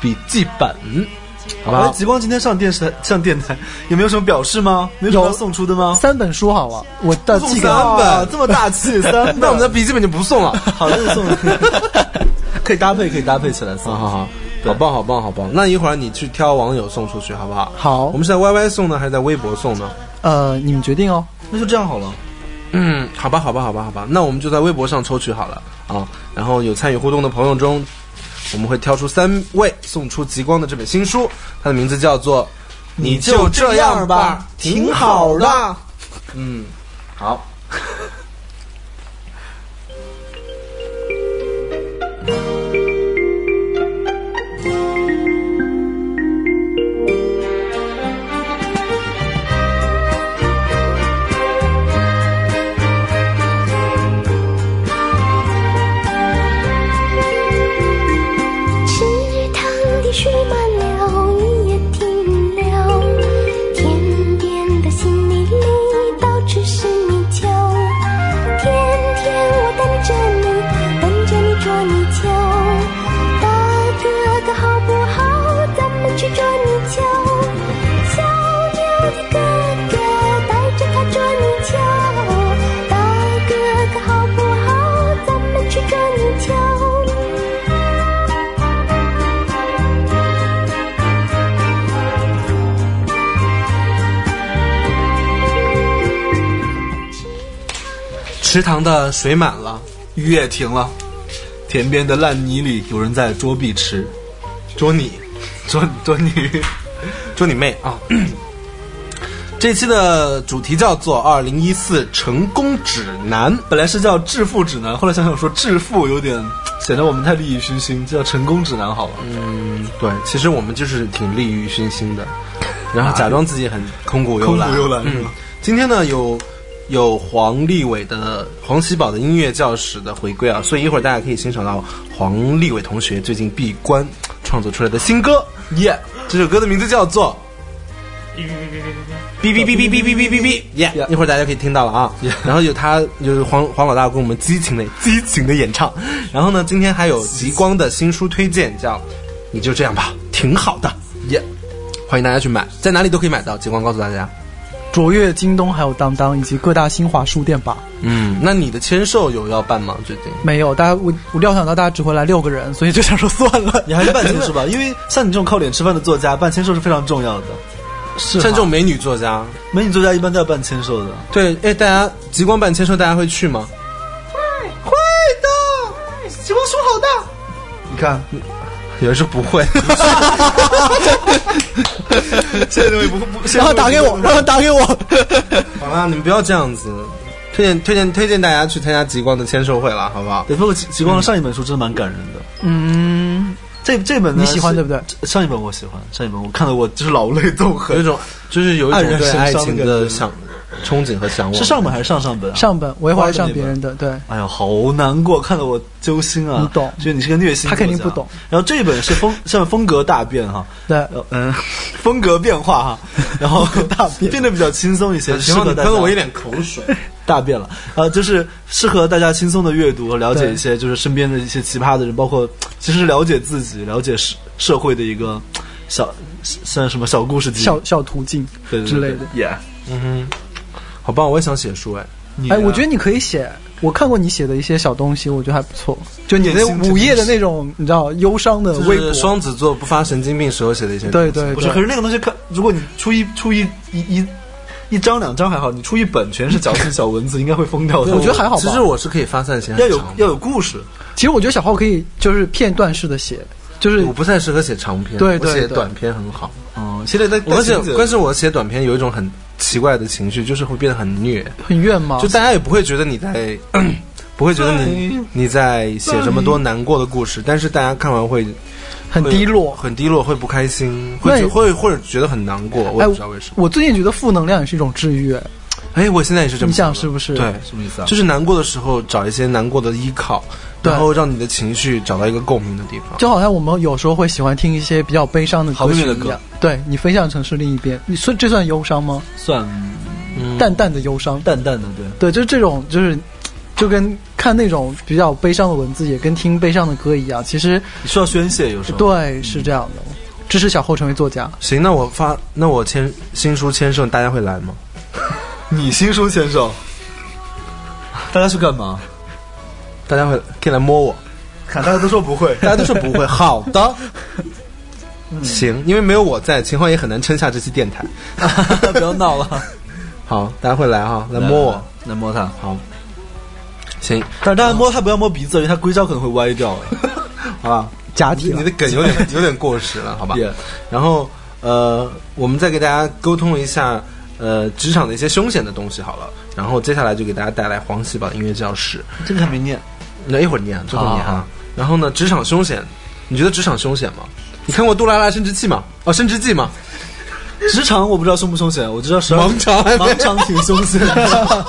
Speaker 3: 笔记本，好
Speaker 2: 哎，
Speaker 3: 吧？
Speaker 2: 极光今天上电视台、上电台，有没有什么表示吗？没有什么
Speaker 4: 有
Speaker 2: 要送出的吗？
Speaker 4: 三本书好了，我的寄给
Speaker 3: 三本
Speaker 2: 啊，这么大气，三本。
Speaker 3: 那我们的笔记本就不送 了。
Speaker 2: 好，那就送 了。可以搭配，可以搭配起来
Speaker 3: 好
Speaker 2: 送。
Speaker 3: 啊好好，好棒好棒好棒！那一会儿你去挑网友送出去，好不好？
Speaker 4: 好
Speaker 3: 我们是在 YY 送呢，还是在微博送呢？
Speaker 4: 呃，你们决定哦。
Speaker 2: 那就这样好了。
Speaker 3: 嗯，好吧，好吧，好吧，好吧，那我们就在微博上抽取好了啊。然后有参与互动的朋友中，我们会挑出三位送出极光的这本新书，它的名字叫做《你就这样吧，挺好的》。嗯，好。
Speaker 7: 池塘的水满了，雨也停了。天边的星里，都只是你叫。
Speaker 3: 池塘的水满了，
Speaker 2: 雨也停了，田边的烂泥里有人在捉碧池，
Speaker 3: 捉你，
Speaker 2: 捉捉泥。
Speaker 3: 捉你妹啊！这期的主题叫做《二零一四成功指南》。
Speaker 2: 本来是叫致富指南，后来想想说致富有点显得我们太利欲熏心，就叫成功指南好了。
Speaker 3: 对，其实我们就是挺利欲熏心的，然后假装自己很空谷幽兰。
Speaker 2: 啊空谷幽兰是
Speaker 3: 嗯
Speaker 2: 吧，
Speaker 3: 今天呢有有黄立伟的黄喜宝的音乐教室的回归啊，所以一会儿大家可以欣赏到黄立伟同学最近闭关创作出来的新歌，耶！这首歌的名字叫做。哔哔哔哔哔哔哔哔哔，耶！一会儿大家可以听到了啊。然后有他，就是黄黄老大跟我们激情的 激情的演唱。然后呢，今天还有极光的新书推荐，叫《你就这样吧》，挺好的，耶！欢迎大家去买，在哪里都可以买到。极光告诉大家，
Speaker 4: 卓越、京东还有当当以及各大新华书店吧。
Speaker 3: 嗯，那你的签售有要办吗？最近？
Speaker 4: 没有，大家我我料想到大家只会来六个人，所以就想说算了。
Speaker 2: 你还是办签 售吧，因为像你这种靠脸吃饭的作家，办签售是非常重要的。
Speaker 3: 像这种美女作家，
Speaker 2: 美女作家一般都要办签售的，
Speaker 3: 对，哎，大家极光办签售，大家会去吗？
Speaker 2: 你看
Speaker 3: 有人说不 会，
Speaker 2: 现在这位不不，现
Speaker 4: 然后 打给 我，然后打给我。
Speaker 3: 好啦，你们不要这样子。推荐推荐推荐大家去参加极光的签售会了，好不好？
Speaker 2: 对，不过极极光的上一本书真的蛮感人的。
Speaker 4: 嗯，
Speaker 2: 这这本呢
Speaker 4: 你喜欢对不？对？
Speaker 2: 是呃上一本我喜欢，上一本我看的我就是老泪纵横
Speaker 3: 有一。种就是有一
Speaker 2: 黯
Speaker 3: 种
Speaker 2: 然
Speaker 3: 对
Speaker 2: 神
Speaker 3: 爱
Speaker 2: 伤
Speaker 3: 情
Speaker 2: 的
Speaker 3: 的
Speaker 2: 感觉
Speaker 3: 想憧憬和向往。
Speaker 2: 是上本还是上上本、啊？
Speaker 4: 上本我一会儿上别
Speaker 2: 花的
Speaker 4: 人的，对，
Speaker 2: 哎呦，好难过，看得我揪心啊！
Speaker 4: 你懂
Speaker 2: 所以你是个虐心作家，
Speaker 4: 他肯定不懂。
Speaker 2: 然后这一本是风， 像风格大变哈，
Speaker 4: 对
Speaker 2: 呃嗯，风格变化 哈，然后大变变得比较轻松一些，适
Speaker 3: 行了，
Speaker 2: 合
Speaker 3: 你
Speaker 2: 大
Speaker 3: 喷
Speaker 2: 家
Speaker 3: 了我一脸口水。
Speaker 2: 大变了，呃，就是适合大家轻松的阅读和了解一些就是身边的一些奇葩的人，包括其实是了解自己、了解社社会的一个小算什么小故事集
Speaker 4: 小小途径
Speaker 2: 对对
Speaker 4: 之类
Speaker 2: 对
Speaker 4: 的。
Speaker 2: 对，yeah，
Speaker 3: 嗯哼，好棒，我也想写书哎。
Speaker 2: 你
Speaker 4: 哎，
Speaker 2: 呢
Speaker 4: 我觉得你可以写，我看过你写的一些小东西，我觉得还不错。就你那
Speaker 2: 点心之
Speaker 4: 午夜的那种，你知道忧伤的微
Speaker 3: 就是
Speaker 4: 博，
Speaker 3: 双子座不发神经病时候写的一些。
Speaker 4: 对。对
Speaker 2: 不是，可
Speaker 4: 对，
Speaker 2: 是那个东西看，如果你出一出一一一一张两张还好，你出一本全是矫情小文字，应该会疯掉的。
Speaker 4: 我觉得还好吧
Speaker 3: 其实我是可以发散性很
Speaker 2: 要有
Speaker 3: 长的
Speaker 2: 要有故事，
Speaker 4: 其实我觉得小号可以就是片段式的写，就是
Speaker 3: 我不太适合写长篇，
Speaker 4: 对对
Speaker 3: 我写
Speaker 4: 对
Speaker 3: 短篇很好。
Speaker 2: 嗯，现在在
Speaker 3: 我而且关
Speaker 2: 系
Speaker 3: 键我写短篇有一种很奇怪的情绪，就是会变得很虐，
Speaker 4: 很怨吗？
Speaker 3: 就大家也不会觉得你在， 不会觉得你你在写这么多难过的故事，但是大家看完会
Speaker 4: 很低落。
Speaker 3: 很低落，会不开心，
Speaker 4: 那
Speaker 3: 会
Speaker 4: 也
Speaker 3: 会或者觉得很难过，我
Speaker 4: 哎
Speaker 3: 也不知道为什么。
Speaker 4: 我最近觉得负能量也是一种治愈，
Speaker 3: 哎，我现在也是这么
Speaker 4: 你
Speaker 3: 想
Speaker 4: 想
Speaker 3: 的，
Speaker 4: 是不是？
Speaker 3: 对，
Speaker 2: 什么意思啊？
Speaker 3: 就是难过的时候找一些难过的依靠，
Speaker 4: 对
Speaker 3: 然后让你的情绪找到一个共鸣的地方。
Speaker 4: 就好像我们有时候会喜欢听一些比较悲伤的
Speaker 2: 好
Speaker 4: 歌曲
Speaker 2: 音乐的
Speaker 4: 一样。对你飞向城市另一边，你算这算忧伤吗？
Speaker 2: 算
Speaker 3: 嗯
Speaker 4: 淡淡的忧伤。
Speaker 2: 淡淡的，对。
Speaker 4: 对，就是这种，就是就跟看那种比较悲伤的文字，也跟听悲伤的歌一样。其实
Speaker 2: 你需要宣泄，有时候。
Speaker 4: 对，是这样的。支持小后成为作家，
Speaker 3: 行，那我发，那我签新书签售，大家会来吗？
Speaker 2: 你新书签售，大家去干嘛？
Speaker 3: 大家会可以来摸我，
Speaker 2: 看大家都说不会，
Speaker 3: 大家都说不会。好的，
Speaker 2: 嗯
Speaker 3: 行，因为没有我在，秦昊也很难撑下这期电台。
Speaker 2: 不要闹 了，
Speaker 3: 好，大家会来哈，来摸我。，
Speaker 2: 来摸它。
Speaker 3: 好，行，
Speaker 2: 但是大家摸它不要摸鼻子，因为它硅胶可能会歪掉。啊
Speaker 3: 好吧，
Speaker 4: 假体
Speaker 3: 你
Speaker 4: 啊了
Speaker 3: 你的梗有 点有点过时了，好吧
Speaker 2: Yeah
Speaker 3: 然后呃，我们再给大家沟通一下呃职场的一些凶险的东西好了。然后接下来就给大家带来黄喜宝音乐教室，
Speaker 2: 这个还没念，
Speaker 3: 那一会儿念，最后念
Speaker 2: 好好
Speaker 3: 啊。然后呢，职场凶险，你觉得职场凶险吗？你看过《杜拉拉升职记》吗？哦，升职记吗？
Speaker 2: 职场我不知道凶不凶险，我知道十二
Speaker 3: 盲肠还没
Speaker 2: 盲肠挺凶险的。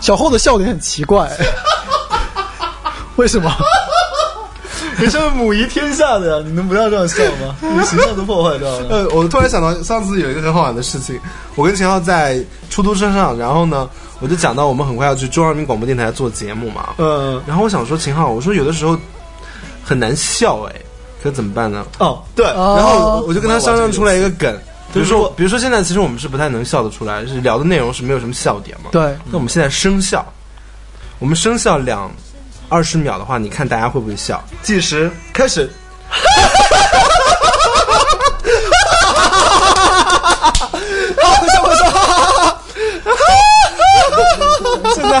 Speaker 4: 小后的笑点很奇怪， 为什么？
Speaker 2: 你是母仪天下的呀，你能不要这样笑 吗？你形象都破坏掉了。
Speaker 3: 呃，我突然想到上次有一个很好玩的事情，我跟秦昊在出租车上，然后呢，我就讲到我们很快要去中央人民广播电台做节目嘛，
Speaker 2: 嗯，
Speaker 3: 然后我想说秦昊，我说有的时候很难笑哎，可怎么办呢？
Speaker 2: 哦，对，
Speaker 4: 哦
Speaker 3: 然后我就跟他商量出来一个梗，比如
Speaker 2: 就是
Speaker 3: 说
Speaker 2: 说
Speaker 3: 比如说现在其实我们是不太能笑得出来，是聊的内容是没有什么笑点嘛，
Speaker 4: 对，
Speaker 3: 那我们现在生效，我们生效两二十秒的话，你看大家会不会笑？
Speaker 2: 计时开始。
Speaker 3: 哈哈哈哈哈哈！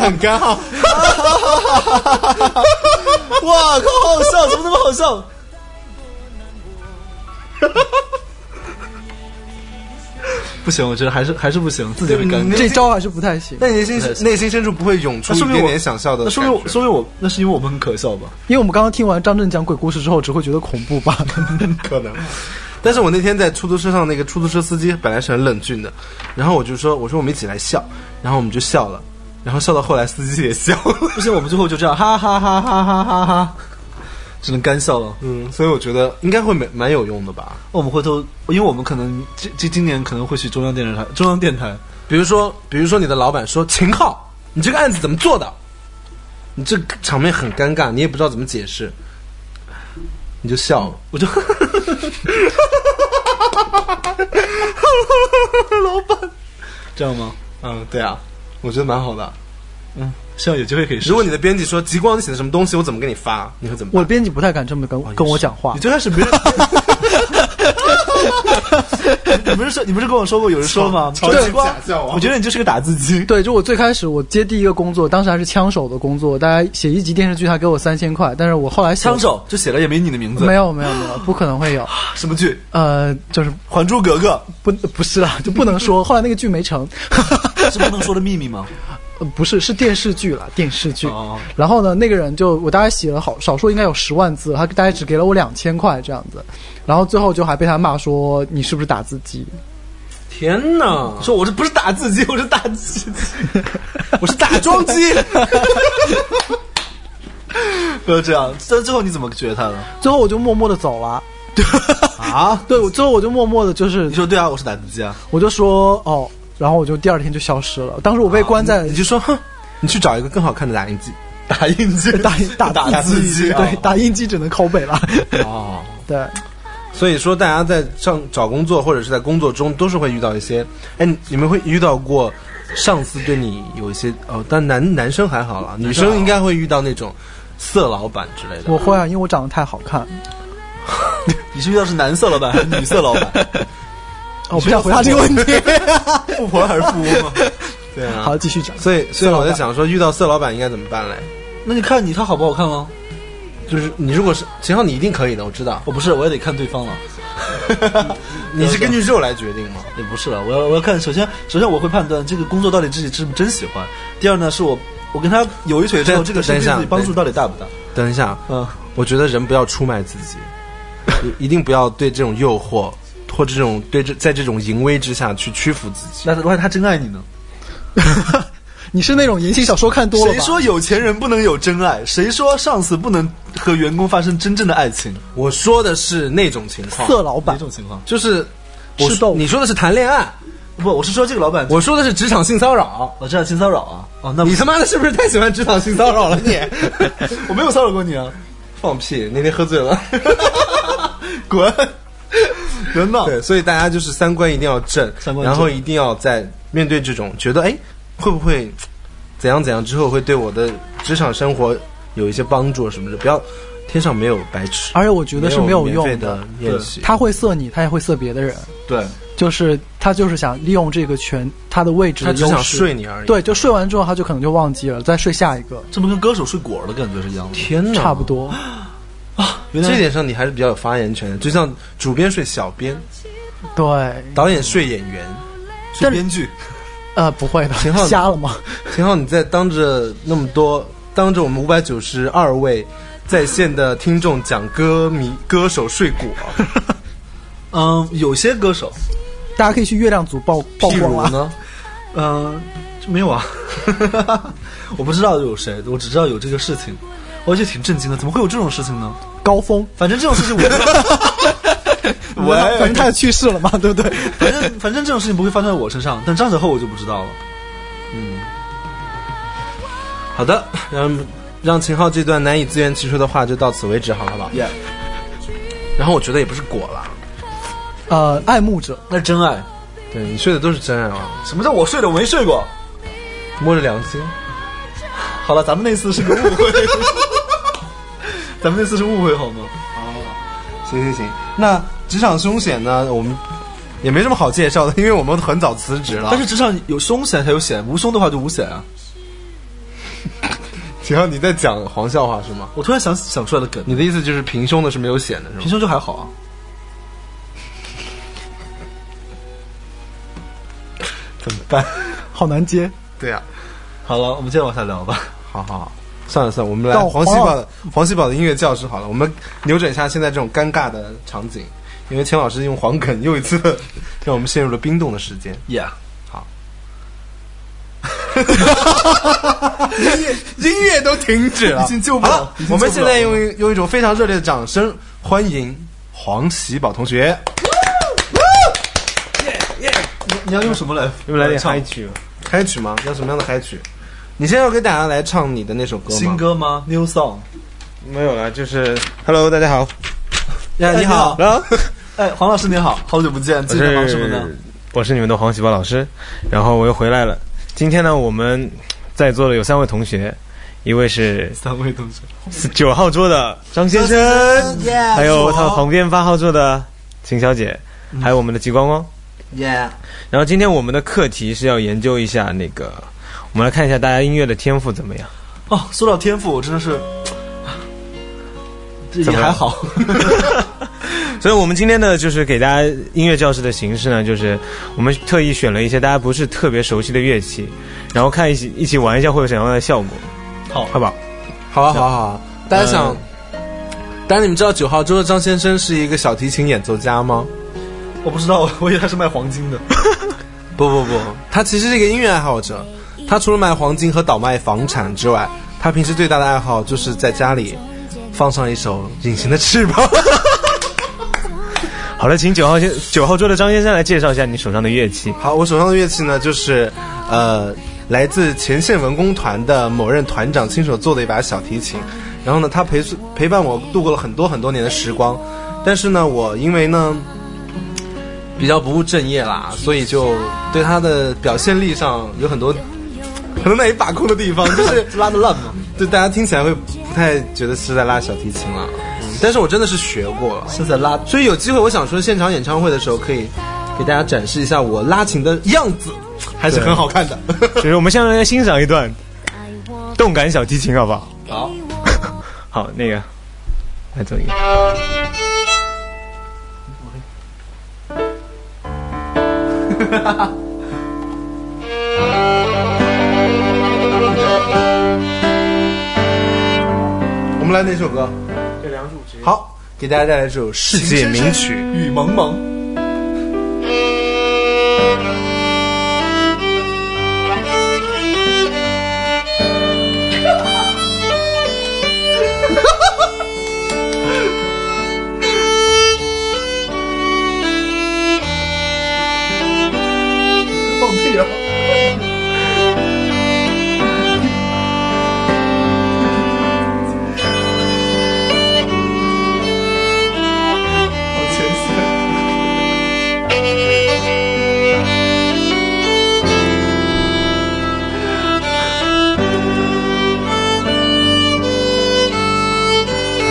Speaker 3: 很干哈。
Speaker 2: 哇靠，好好笑，怎么那么好笑？不行，我觉得还是还是不行，自己会尴尬。
Speaker 4: 这招还是不太行，
Speaker 3: 那你内心内心深处不会涌出
Speaker 2: 那
Speaker 3: 一
Speaker 2: 说明
Speaker 3: 点
Speaker 2: 我
Speaker 3: 点想笑的
Speaker 2: 那
Speaker 3: 感
Speaker 2: 说明
Speaker 3: 觉
Speaker 2: 我，说明我，那是因为我们很可笑吧？
Speaker 4: 因为我们刚刚听完张震讲鬼故事之后，只会觉得恐怖 吧？
Speaker 3: 可能。但是我那天在出租车上，那个出租车司机本来是很冷峻的，然后我就说：“我说我们一起来笑。”然后我们就笑了，然后笑到后来司机也笑了。
Speaker 2: 不行，我们最后就这样，哈哈哈哈哈哈哈，只 能干笑了。
Speaker 3: 嗯，所以我觉得应该会蛮蛮有用的吧。
Speaker 2: 哦我们回头，因为我们可能这这今年可能会去中央电视台，中央电台，
Speaker 3: 比如说，比如说你的老板说：“秦昊，你这个案子怎么做的？”你这个场面很尴尬，你也不知道怎么解释，你就笑了。
Speaker 2: 我就老板，这样吗？
Speaker 3: 嗯，对啊，我觉得蛮好的。
Speaker 2: 嗯，希望有机会可以试试。
Speaker 3: 如果你的编辑说：“极光，你写的什么东西？我怎么给你发？”你会怎么办？
Speaker 4: 我编辑不太敢这么跟跟我讲话
Speaker 2: 你，最开始没人，你不是说你不是跟我说过有人说吗？
Speaker 3: 超
Speaker 2: 说
Speaker 3: 级
Speaker 2: 极光
Speaker 3: 假笑啊
Speaker 2: 我觉得你就是个打字机。
Speaker 4: 对，就我最开始我接第一个工作，当时还是枪手的工作，大家写一集电视剧，他给我三千块，但是我后来写
Speaker 2: 枪手就写了也没你的名字，
Speaker 4: 没有没有没有，不可能会有，
Speaker 2: 什么剧，
Speaker 4: 呃，就是
Speaker 2: 《还珠格格
Speaker 4: 不不是啦，就不能 说。后来那个剧没成，》
Speaker 2: 是不能说的秘密吗？
Speaker 4: 呃不是是电视剧啦，电视剧。
Speaker 2: 哦
Speaker 4: 然后呢，那个人就我大概写了好少说应该有十万字，他大概只给了我两千块这样子，然后最后就还被他骂说你是不是打字机？
Speaker 3: 天哪！
Speaker 2: 说我这不是打字机，我是打字机，
Speaker 3: 我是打桩机。
Speaker 2: 不要这样。但最后你怎么觉得他的？
Speaker 4: 最后我就默默的走了。啊，对，我最后我就默默的，就是
Speaker 2: 你说对啊，我是打字机啊。
Speaker 4: 我就说哦，然后我就第二天就消失了。当时我被关在
Speaker 3: 你就说，哼，你去找一个更好看的打印机， 打印机
Speaker 4: 打 打
Speaker 2: 打
Speaker 4: 打
Speaker 2: 字
Speaker 4: 字
Speaker 2: 机
Speaker 4: 机，哦
Speaker 2: 啊
Speaker 4: 对，打印机只能拷贝了。
Speaker 3: 哦。
Speaker 4: 对，
Speaker 3: 所以说，大家在上找工作或者是在工作中，都是会遇到一些，哎，你你们会遇到过上司对你有一些哦，但男男生还好啦，女生应该会遇到那种色老板之类的。
Speaker 4: 我会啊，因为我长得太好看。
Speaker 2: 哦你是遇到是男色老板还是女色老板？
Speaker 4: 哦我不想回答这个问题。
Speaker 2: 富婆还是富 翁吗？
Speaker 3: 对啊
Speaker 4: 好，，继续讲。
Speaker 3: 所以所以我
Speaker 4: 色老
Speaker 3: 在
Speaker 4: 板
Speaker 3: 想说，遇到色老板应该怎么办嘞？
Speaker 2: 那你看你他好不好看吗？
Speaker 3: 就是你如果是秦昊，你一定可以的，我知道。
Speaker 2: 我不是，我也得看对方了。
Speaker 3: 你是根据肉来决定吗？
Speaker 2: 也不是了，啊我要我要看，首先首先我会判断这个工作到底自己是不是真喜欢。第二呢，是我我跟他有一腿之后，
Speaker 3: 等
Speaker 2: 这个
Speaker 3: 等
Speaker 2: 身
Speaker 3: 一
Speaker 2: 体
Speaker 3: 下
Speaker 2: 对自己帮助到底大不大？
Speaker 3: 等一下，
Speaker 2: 嗯，
Speaker 3: 我觉得人不要出卖自己，一一定不要对这种诱惑或这种对这在这种淫威之下去屈服自己。
Speaker 2: 那万一他真爱你呢？
Speaker 4: 你是那种言情小说看多了吧？
Speaker 2: 谁说有钱人不能有真爱？谁说上司不能和员工发生真正的爱情？
Speaker 3: 我说的是那种情况，
Speaker 4: 色老板
Speaker 2: 哪？种情况？
Speaker 3: 就是我
Speaker 4: 吃豆腐
Speaker 3: 你说的是谈恋爱，
Speaker 2: 不，我是说这个老板，我
Speaker 3: 我说的是职场性骚扰。
Speaker 2: 我这样性骚扰啊？哦，那
Speaker 3: 你他妈的是不是太喜欢职场性骚扰了你？
Speaker 2: 我没有骚扰过你啊！
Speaker 3: 放屁！那天喝醉了。
Speaker 2: 滚！别闹！
Speaker 3: 对，所以大家就是三观一定要正，
Speaker 2: 三观正
Speaker 3: 然后一定要在面对这种觉得哎会不会怎样怎样之后会对我的职场生活有一些帮助什么的，不要天上没有白吃，
Speaker 4: 而且我觉得是
Speaker 3: 没
Speaker 4: 没有
Speaker 3: 免费
Speaker 4: 用
Speaker 3: 的
Speaker 4: 的。
Speaker 3: 宴席。
Speaker 4: 他会色你，他也会色别的人，
Speaker 2: 对，
Speaker 4: 就是他就是想利用这个权，他的位置
Speaker 3: 他
Speaker 4: 的
Speaker 3: 只
Speaker 4: 优势
Speaker 3: 想睡你而已
Speaker 4: 对，就睡完之后，他就可能就忘记了，再睡下一个，
Speaker 2: 这不跟歌手睡果儿的感觉是一样的。
Speaker 3: 天哪，
Speaker 4: 差不。多。
Speaker 2: 原来
Speaker 3: 这一点上你还是比较有发言权的，就像主编睡小编，
Speaker 4: 对，
Speaker 3: 导演睡演员。
Speaker 2: 是编剧，
Speaker 4: 呃，不会的
Speaker 3: 挺好，的
Speaker 4: 瞎了吗？
Speaker 3: 秦昊，你在当着那么多，当着我们五百九十二位在线的听众讲歌迷歌手睡果，
Speaker 2: 嗯，有些歌手，
Speaker 4: 大家可以去月亮组曝曝
Speaker 3: 譬
Speaker 4: 光
Speaker 3: 如
Speaker 4: 啊。
Speaker 3: 呢？
Speaker 2: 嗯，没有啊， 我不知道有谁，我只知道有这个事情，我觉得挺震惊的，怎么会有这种事情呢？
Speaker 4: 高峰，
Speaker 2: 反正这种 事情我，
Speaker 4: 我反正他也去世了嘛，对不 对？
Speaker 2: 反正反正这种事情不会发生在我身上，但张小厚我就不知道了。
Speaker 3: 好的，让让秦昊这段难以自圆其说的话就到此为止，好了吧？
Speaker 2: 耶、
Speaker 3: 然后我觉得也不是果了，
Speaker 4: 呃，爱慕者，
Speaker 2: 那是真爱。
Speaker 3: 对你睡的都是真爱啊，
Speaker 2: 什么叫我睡了？我没睡过。
Speaker 3: 摸着良心。
Speaker 2: 好了，咱们那次是个误会，咱们那次是误会好吗？
Speaker 3: 哦行行行，那职场凶险呢？我们也没什么好介绍的，因为我们很早辞职了。
Speaker 2: 但是职场有凶险才有险，无凶的话就无险啊。
Speaker 3: 秦昊，你在讲黄笑话是吗？
Speaker 5: 我突然想想出来的梗，
Speaker 3: 你的意思就是平胸的是没有显的是
Speaker 5: 平
Speaker 3: 吗？
Speaker 5: 胸就还好啊。
Speaker 3: 怎么办？
Speaker 4: 好难接。
Speaker 3: 对呀、
Speaker 5: 好了，我们接着往下聊吧。
Speaker 3: 好好好，算了算了，我们来
Speaker 4: 到
Speaker 3: 黄喜
Speaker 4: 黄
Speaker 3: 宝黄喜宝的音乐教室好了，我们扭转一下现在这种尴尬的场景，因为钱老师用黄梗又一次地让我们陷入了冰冻的时间。
Speaker 5: Yeah，
Speaker 3: 音乐都停止了，
Speaker 5: 已经救不
Speaker 3: 啊好
Speaker 5: 了
Speaker 3: 了
Speaker 5: 已。经
Speaker 3: 我们
Speaker 5: 救不
Speaker 3: 现
Speaker 5: 了
Speaker 3: 在用用一种非常热烈的掌声欢迎黄喜宝同学。
Speaker 5: 你你要用什么来？
Speaker 3: 用来点
Speaker 5: 唱
Speaker 3: 嗨曲，嗨曲吗？要什么样的嗨曲？你现在要给大家来唱你的那首歌吗？
Speaker 5: 新歌吗？New song。
Speaker 3: 没有了，就是 Hello，大家好
Speaker 5: 呀，你好，
Speaker 3: ，Hello，
Speaker 5: 哎，黄老师你好，好久不见，最近在忙什么呢？
Speaker 8: 我是你们的黄喜宝老师，然后我又回来了。今天呢，我们在座的有三位同学，一位是
Speaker 5: 三位同学，
Speaker 8: 九号桌的张先生，还有他旁边八号桌的秦小姐，
Speaker 3: 嗯
Speaker 8: 还有我们的极光光。
Speaker 5: 耶，
Speaker 8: 然后今天我们的课题是要研究一下那个，我们来看一下大家音乐的天赋怎么样。
Speaker 5: 哦，说到天赋，我真的是，这也
Speaker 8: 怎么了
Speaker 5: 还好。
Speaker 8: 所以我们今天呢，就是给大家音乐教室的形式呢，就是我们特意选了一些大家不是特别熟悉的乐器，然后看一起一起玩一下会有什么样的效果，
Speaker 5: 好
Speaker 8: 好不好？
Speaker 3: 好啊，好啊，好啊，大家想，
Speaker 8: 呃
Speaker 3: 大家你们知道九号桌的张先生是一个小提琴演奏家吗？
Speaker 5: 我不知道，我以为他是卖黄金的。
Speaker 3: 不不不，他其实是一个音乐爱好者。他除了卖黄金和倒卖房产之外，他平时最大的爱好就是在家里放上一首《隐形的翅膀》。
Speaker 8: 好了，请九号先九号桌的张先生来介绍一下你手上的 乐器。
Speaker 3: 好，我手上的乐器呢，就是呃，来自前线文工团的某任团长亲手做的一把小提琴。然后呢，它陪陪伴我度过了很多很多年的时光。但是呢，我因为呢比较不务正业啦，所以就对它的表现力上有很多可能难以把控的地方，就是 拉的烂嘛。对，大家听起来会不太觉得是在拉小提琴了。嗯但是我真的是学过了，
Speaker 5: 现在拉
Speaker 3: 所以有机会，我想说现场演唱会的时候可以给大家展示一下我拉琴的样子，还是很好看的。
Speaker 8: 就是我们现在来欣赏一段动感小提琴，好不好？
Speaker 5: 好，
Speaker 8: 好，那个来做一个。
Speaker 3: 我们来哪首歌？这两首好，给大家带来这首世界名曲。
Speaker 5: 雨蒙蒙，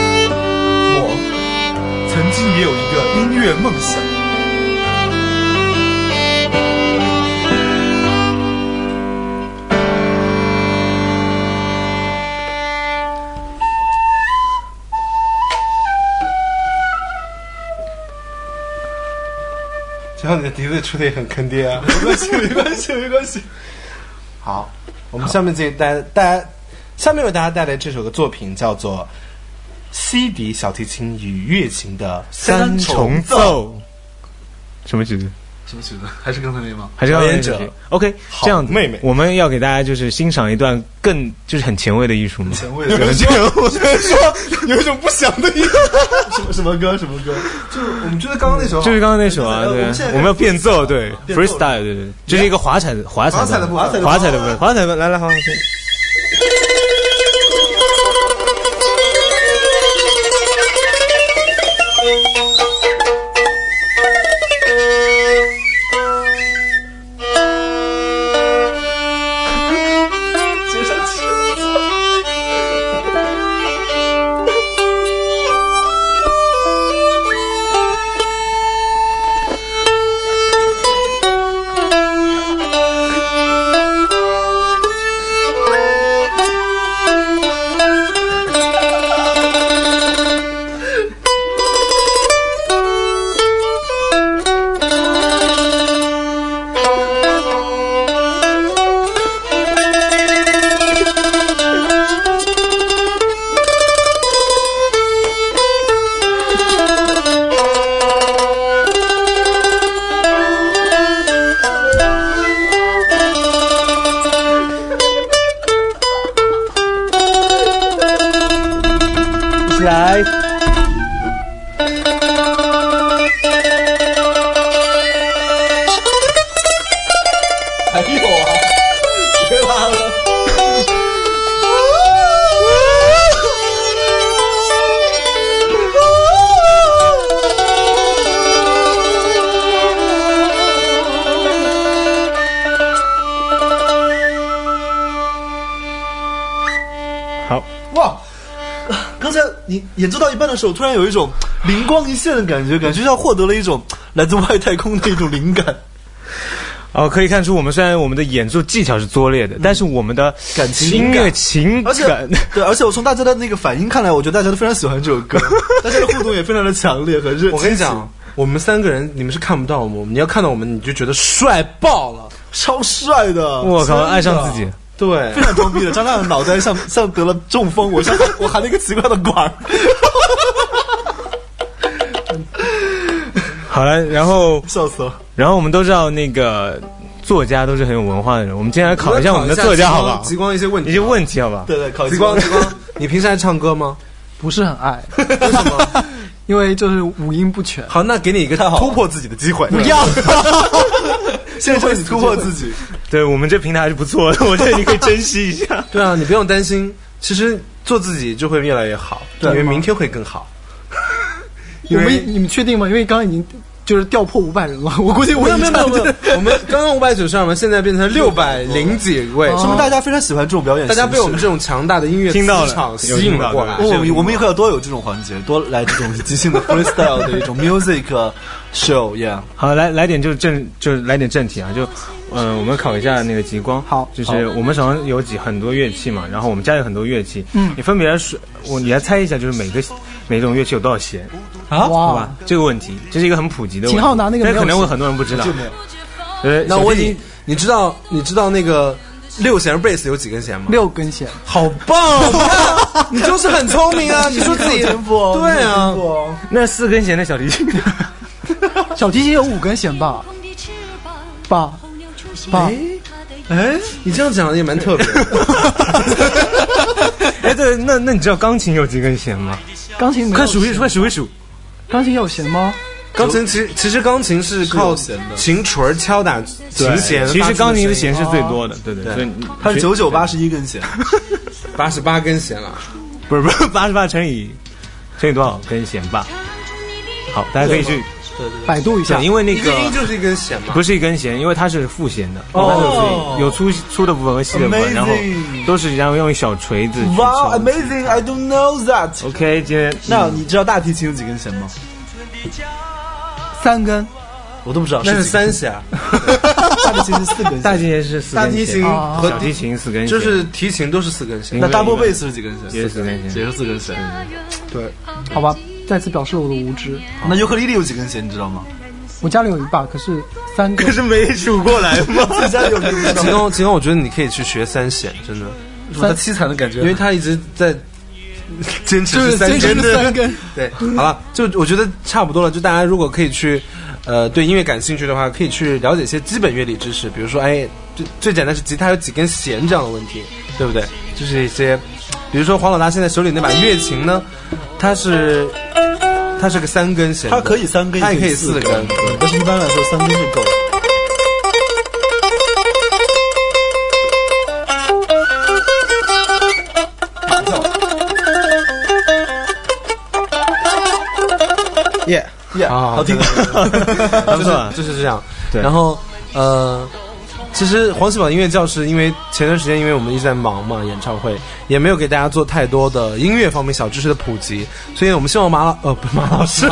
Speaker 5: 我曾经也有一个音乐梦想。
Speaker 3: 只要你的笛子出的也很坑爹啊。
Speaker 5: 没关系，没关系，没关系。
Speaker 3: 好，我们下面这带带，下面为大家带来这首的作品叫做《西笛小提琴与月琴的
Speaker 8: 三重奏，什么曲子？
Speaker 5: 什么曲子？还是刚才那吗？
Speaker 8: 还是要
Speaker 3: 表演者
Speaker 8: 那个曲 OK，
Speaker 3: 好
Speaker 8: 这样子
Speaker 3: 妹妹
Speaker 8: 我们要给大家就是欣赏一段更就是很前卫的艺术嘛。
Speaker 5: 前卫的
Speaker 3: 有一种有一种不祥的意思。
Speaker 5: 什么什么歌？什么歌？
Speaker 3: 就是我们觉得刚刚那首
Speaker 8: 就是刚刚那首啊，
Speaker 5: 对对对
Speaker 8: 对
Speaker 5: 我们现在，
Speaker 8: 我们要变奏，对
Speaker 5: 变奏哎
Speaker 8: ，freestyle，对对，对这是一个华彩的华彩
Speaker 3: 华彩的部分
Speaker 8: 华彩的部分，华彩的部分，来来，好，好先
Speaker 7: Thank you.
Speaker 5: 还有啊，别拉了。
Speaker 8: 好，
Speaker 5: 哇！刚才你演奏到一半的时候，突然有一种灵光一现的感觉，感觉像获得了一种来自外太空的一种灵感。
Speaker 8: 哦，可以看出我们虽然我们的演奏技巧是拙劣的，但是我们的
Speaker 5: 嗯感情
Speaker 8: 音乐
Speaker 5: 感
Speaker 8: 情
Speaker 5: 而且
Speaker 8: 感，
Speaker 5: 对，而且我从大家的那个反应看来，我觉得大家都非常喜欢这首 歌，大家的互动也非常的强烈和热。
Speaker 3: 我跟你讲，我们三个人你们是看不到我们，你要看到我们你就觉得帅爆了。
Speaker 5: 超帅的，
Speaker 8: 我靠，
Speaker 5: 真的
Speaker 8: 爱上自己。
Speaker 3: 对
Speaker 5: 非，常装逼的。张大的脑袋像像得了中风，我像我含了一个奇怪的管儿。
Speaker 8: 好了，然后
Speaker 5: 笑死了！
Speaker 8: 然后我们都知道那个作家都是很有文化的人，我们今天来考一下我们的作家好不好？
Speaker 3: 极光一些问
Speaker 8: 一
Speaker 3: 题
Speaker 8: 些，问题好不好？
Speaker 5: 对对，考
Speaker 3: 极光极光，你平时爱唱歌吗？
Speaker 4: 不是很爱，
Speaker 3: 为什么？
Speaker 4: 因为就是五音不全。
Speaker 3: 好，那给你一个突破自己的机会。不要，
Speaker 5: 现在你突破自己，
Speaker 8: 对我们这平台还是不错的，我觉得你可以珍惜一 下。
Speaker 3: 对啊，你不用担心，其实做自己就会越来越好，因为明天会更好。
Speaker 4: 你们你们确定吗？因为刚刚已经就是掉破五百人了，我估计我
Speaker 3: 没有没有没有
Speaker 4: 一
Speaker 3: 没
Speaker 4: 站
Speaker 3: 有
Speaker 4: 就，
Speaker 3: 我们刚刚五百九十二，我们现在变成六百零几
Speaker 2: 哦
Speaker 3: 位，
Speaker 5: 说明大家非常喜欢这种表演
Speaker 3: 大
Speaker 5: 形式。
Speaker 3: 家被我们这种强大的音乐
Speaker 8: 听到了
Speaker 3: 磁场
Speaker 8: 有
Speaker 3: 吸
Speaker 8: 听
Speaker 3: 引
Speaker 8: 到
Speaker 3: 过
Speaker 8: 对
Speaker 3: 来哦
Speaker 8: 吧。
Speaker 5: 我们我们以后要多有这种环节，多来这种即兴的 freestyle 的一种 music show，yeah。
Speaker 8: 好，来来点就是正，就是来点正题啊，就，呃，我们考一下那个极光。
Speaker 4: 好
Speaker 8: 就是我们手上有几很多乐器嘛，然后我们家有很多乐器，嗯，你分别是，我你来猜一下，就是每个每种乐器有多少弦，
Speaker 3: 啊
Speaker 8: 好
Speaker 4: 哇
Speaker 8: 吧？，这个问题，这是一个很普哦及的问题。
Speaker 4: 秦昊拿那个没
Speaker 8: 但
Speaker 4: 有
Speaker 8: 可能
Speaker 4: 弦
Speaker 8: 会很多人不知道。呃，
Speaker 3: 那
Speaker 8: 小
Speaker 3: 我问
Speaker 8: 弟
Speaker 3: 你，你知道你知道那个六弦贝斯有几根弦吗？
Speaker 4: 六根弦，
Speaker 3: 好棒！你看， 你就是很聪明啊！你说自己对啊，
Speaker 8: 那四根弦的 小提琴，
Speaker 4: 小提琴有五根弦吧？吧吧，
Speaker 3: 哎，你这样讲也蛮特别的。
Speaker 8: 哎，对，那那你知道钢琴有几根弦吗？
Speaker 4: 钢琴没有
Speaker 8: 快数一
Speaker 4: 弦
Speaker 8: 数，快数一数。
Speaker 4: 钢琴有弦吗？
Speaker 3: 钢琴其实其实钢琴是靠
Speaker 5: 是有弦的
Speaker 3: 琴锤儿敲打琴弦，
Speaker 8: 其实钢琴的弦
Speaker 3: 是
Speaker 8: 是最多的，对对
Speaker 3: 对
Speaker 8: 所以你
Speaker 5: 它是九九八十一根弦，
Speaker 3: 八十八根弦了。
Speaker 8: 不是不是八十八乘以乘以多少根弦吧？好，大家可以去
Speaker 4: 百度一下
Speaker 8: 想，，因为那
Speaker 3: 一个音
Speaker 8: 个
Speaker 3: 就是一根弦嘛。
Speaker 8: 不是一根弦，因为它是复弦的，哦，有粗粗的部分和细的部分，然后
Speaker 5: Amazing
Speaker 8: 都是然后用小锤子去敲
Speaker 5: 哇、wow,。，amazing！I don't know that。
Speaker 8: OK，今天
Speaker 5: 那
Speaker 3: 嗯
Speaker 5: 你知道大提琴有几根弦吗？
Speaker 4: 三根
Speaker 5: 我都不知道，
Speaker 3: 那是
Speaker 5: 是几根
Speaker 3: 三弦，啊
Speaker 5: 大提琴是四根
Speaker 8: 大
Speaker 5: 弦，
Speaker 8: 提琴是四
Speaker 3: 大
Speaker 8: 根
Speaker 3: 提琴
Speaker 8: 弦，
Speaker 3: 和
Speaker 8: 小提琴四根
Speaker 3: 就
Speaker 8: 弦，
Speaker 3: 是提琴都是四根弦
Speaker 8: 那。
Speaker 5: 那 double bass 是几根弦？
Speaker 8: 也是四根弦
Speaker 5: 也是四根弦。
Speaker 4: 好吧，再次表示我的无知。
Speaker 5: 那尤克里里有几根弦，你知道吗？
Speaker 4: 我家里有一把，可是三根，
Speaker 8: 没数过来吗？
Speaker 5: 自家里有几
Speaker 3: 秦刚，秦刚，我觉得你可以去学三弦，真的，
Speaker 4: 三
Speaker 5: 凄惨的感觉
Speaker 3: 因为他一直在坚持是三弦
Speaker 4: 坚持三根。
Speaker 3: 对，好了，就我觉得差不多了。就大家如果可以去，呃，对音乐感兴趣的话，可以去了解一些基本乐理知识，比如说，哎，最最简单是吉他有几根弦这样的问题，对不对？就是一些，比如说黄老大现在手里那把月琴呢，它是它是个三根弦的，
Speaker 5: 它可以三根，
Speaker 3: 它也可以
Speaker 5: 四
Speaker 3: 四根，对
Speaker 5: 但是一般来说三根是够的。
Speaker 8: 耶，
Speaker 5: Yeah，
Speaker 3: 啊
Speaker 5: 好听。
Speaker 8: 不错啊
Speaker 3: 就是就是这样。
Speaker 8: 对
Speaker 3: 然后呃，其实黄喜宝音乐教室，因为前段时间因为我们一直在忙嘛，演唱会也没有给大家做太多的音乐方面小知识的普及，所以我们希望马老呃不是马老师，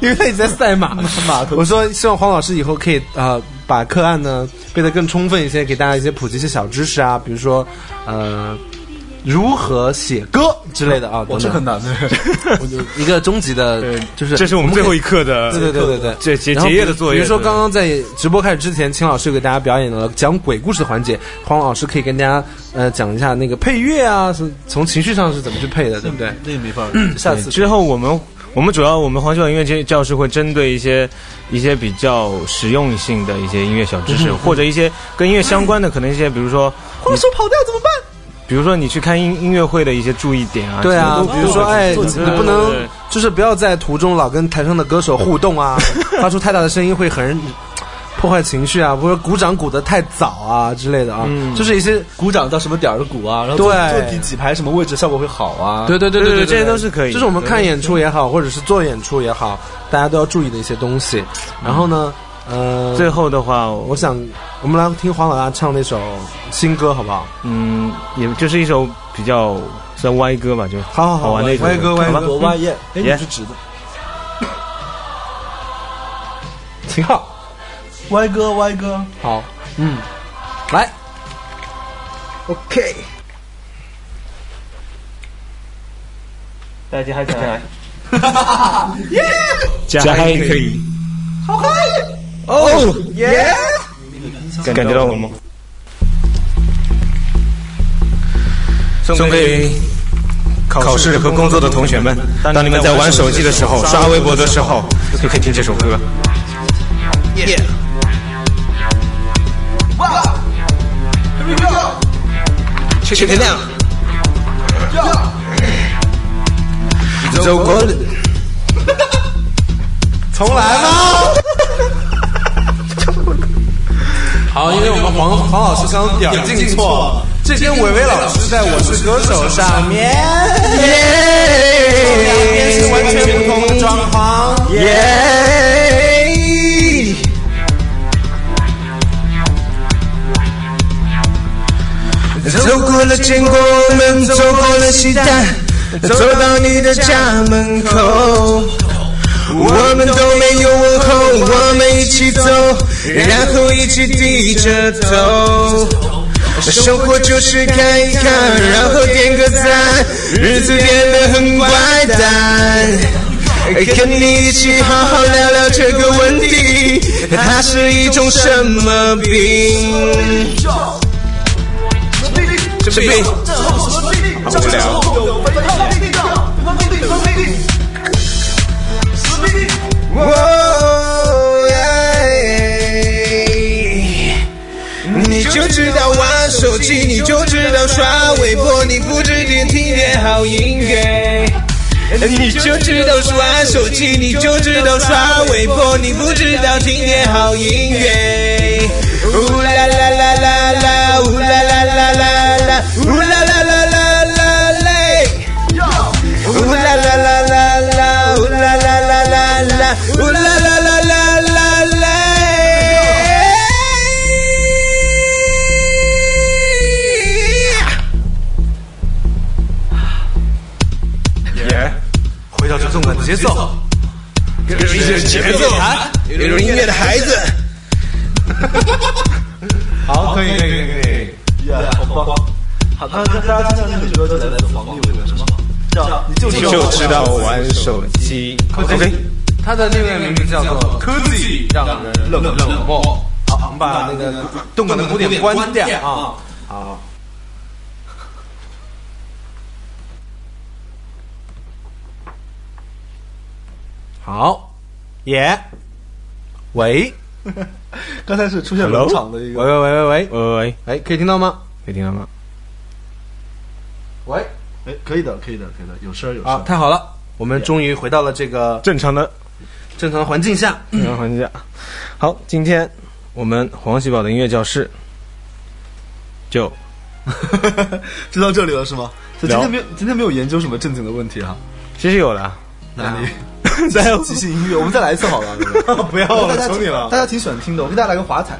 Speaker 3: 因为他一直在赛马，马我说希望黄老师以后可以呃把课案呢背得更充分一些，给大家一些普及一些小知识啊，比如说呃。如何写歌之类的啊，
Speaker 5: 我
Speaker 3: 等
Speaker 5: 是
Speaker 3: 等
Speaker 5: 很 难的，
Speaker 3: 一个终极的，就是
Speaker 8: 这是我们最
Speaker 3: 可以
Speaker 8: 后一课的，
Speaker 3: 对对对对对，
Speaker 8: 呃这结
Speaker 3: 然后
Speaker 8: 结
Speaker 3: 比
Speaker 8: 业的作业。
Speaker 3: 比如说刚刚在直播开始之前，秦老师给大家表演了讲鬼故事的环节，黄老师可以跟大家呃讲一下那个配乐啊，是从情绪上是怎么去配的，对不对？
Speaker 8: 嗯
Speaker 5: 那也没法儿。
Speaker 3: 下
Speaker 8: 对
Speaker 3: 次
Speaker 8: 之后我们我们主要我们黄秀音乐教教室会针对一些一些比较实用性的一些音乐小知识，或者一些跟音乐相关的，可能一些比如说
Speaker 5: 话说跑调怎么办？
Speaker 8: 比如说你去看音音乐会的一些注意点啊，
Speaker 3: 对
Speaker 8: 什
Speaker 3: 啊
Speaker 8: 么都，
Speaker 3: 比如说哎，
Speaker 8: 做
Speaker 3: 你
Speaker 8: 起来
Speaker 3: 你不
Speaker 8: 对对
Speaker 3: 能
Speaker 8: 对
Speaker 3: 就是不要在途中老跟台上的歌手互动啊，发出太大的声音会很破坏情绪啊，或者鼓掌鼓得太早啊之类的啊，
Speaker 8: 嗯
Speaker 3: 就是一些
Speaker 2: 鼓掌到什么点儿的鼓啊，然后坐
Speaker 3: 对
Speaker 2: 坐第几排什么位置效果会好啊？
Speaker 3: 对对对
Speaker 8: 对
Speaker 3: 对，
Speaker 8: 对这些都是可以
Speaker 3: 就是我们看演出也好，或者是做演出也好，大家都要注意的一些东西。然后呢，呃，
Speaker 8: 嗯最后的话，
Speaker 3: 我
Speaker 8: 我
Speaker 3: 想我们来听黄老大唱那首新歌，好不好？
Speaker 8: 嗯，也就是一首比较算歪歌吧，就
Speaker 3: 好好好，
Speaker 8: 玩的一首
Speaker 3: 歪哥歪
Speaker 8: 好
Speaker 3: 哥
Speaker 8: 吧
Speaker 2: 我外耶，哎哎，你
Speaker 8: Yeah
Speaker 2: 是直的，
Speaker 3: 挺好，
Speaker 2: 歪哥歪哥，
Speaker 3: 好，嗯，来，
Speaker 8: 大家还可以，加还可以，好嗨！哦耶！感觉到了吗？送给考试和工作的同学们，当你们在玩手机的时候、刷微博的时候，就可以听这首歌。Check it out！走过 了。
Speaker 3: 重来吗？ 好，因为我们黄黄老师刚刚表进错，这跟伟伟老师在《我是歌手》上面，两边是完全不同的状况。
Speaker 1: 走过了建国门，走过了西单，走到你的家门口。我们都没有问候，我们一起走，然后一起低着头。生活就是看一看，然后点个赞，日子变得很怪诞。跟你一起好好聊聊这个问题，它是一种什么病？这病好无聊。哦哎你就知道玩手机，你就知道刷微博，你不知点听点好音乐。你就知道刷手机，你就知道刷微博，你不知道听点好音乐。呜啦啦啦啦啦，呜啦啦啦啦啦，呜啦啦啦啦啦嘞。呜啦啦啦啦啦，呜啦啦啦啦啦，呜啦啦啦啦啦嘞。
Speaker 3: 回到这动感的节奏，
Speaker 1: 有一点节奏，有种音乐的孩子。
Speaker 3: 好，可以可以可以可以。
Speaker 2: 好棒！好，那大家听到这首歌就来自黄立伟的什么？叫你就
Speaker 8: 就知道玩手机。OK，
Speaker 3: 他的那个名字叫做科技，让人冷冷漠。好，我们把那个动感的鼓点关掉啊。好。好，耶，喂，
Speaker 2: 刚才是出现冷场的一
Speaker 3: 喂喂
Speaker 2: 个，
Speaker 3: 喂喂喂，
Speaker 8: 喂喂喂，
Speaker 3: 哎，可以听到吗？
Speaker 8: 可以听到吗？
Speaker 3: 喂，
Speaker 2: 哎，可以的，可以的，可以的，有声儿有声
Speaker 3: 啊，
Speaker 2: 儿。
Speaker 3: 太好了，我们终于回到了这个
Speaker 8: 正常的
Speaker 3: 正常的环境下。
Speaker 8: 正常环境下。好，今天我们黄喜宝的音乐教室就
Speaker 2: 就到这里了是吗？所以今
Speaker 8: 聊
Speaker 2: 天没有，今天没有研究什么正经的问题哈。
Speaker 8: 其实有啊了，
Speaker 2: 哪里？再即兴音乐，我们再来一次好了。不要了，求你了。大家挺喜欢听的，我给大家来个华彩。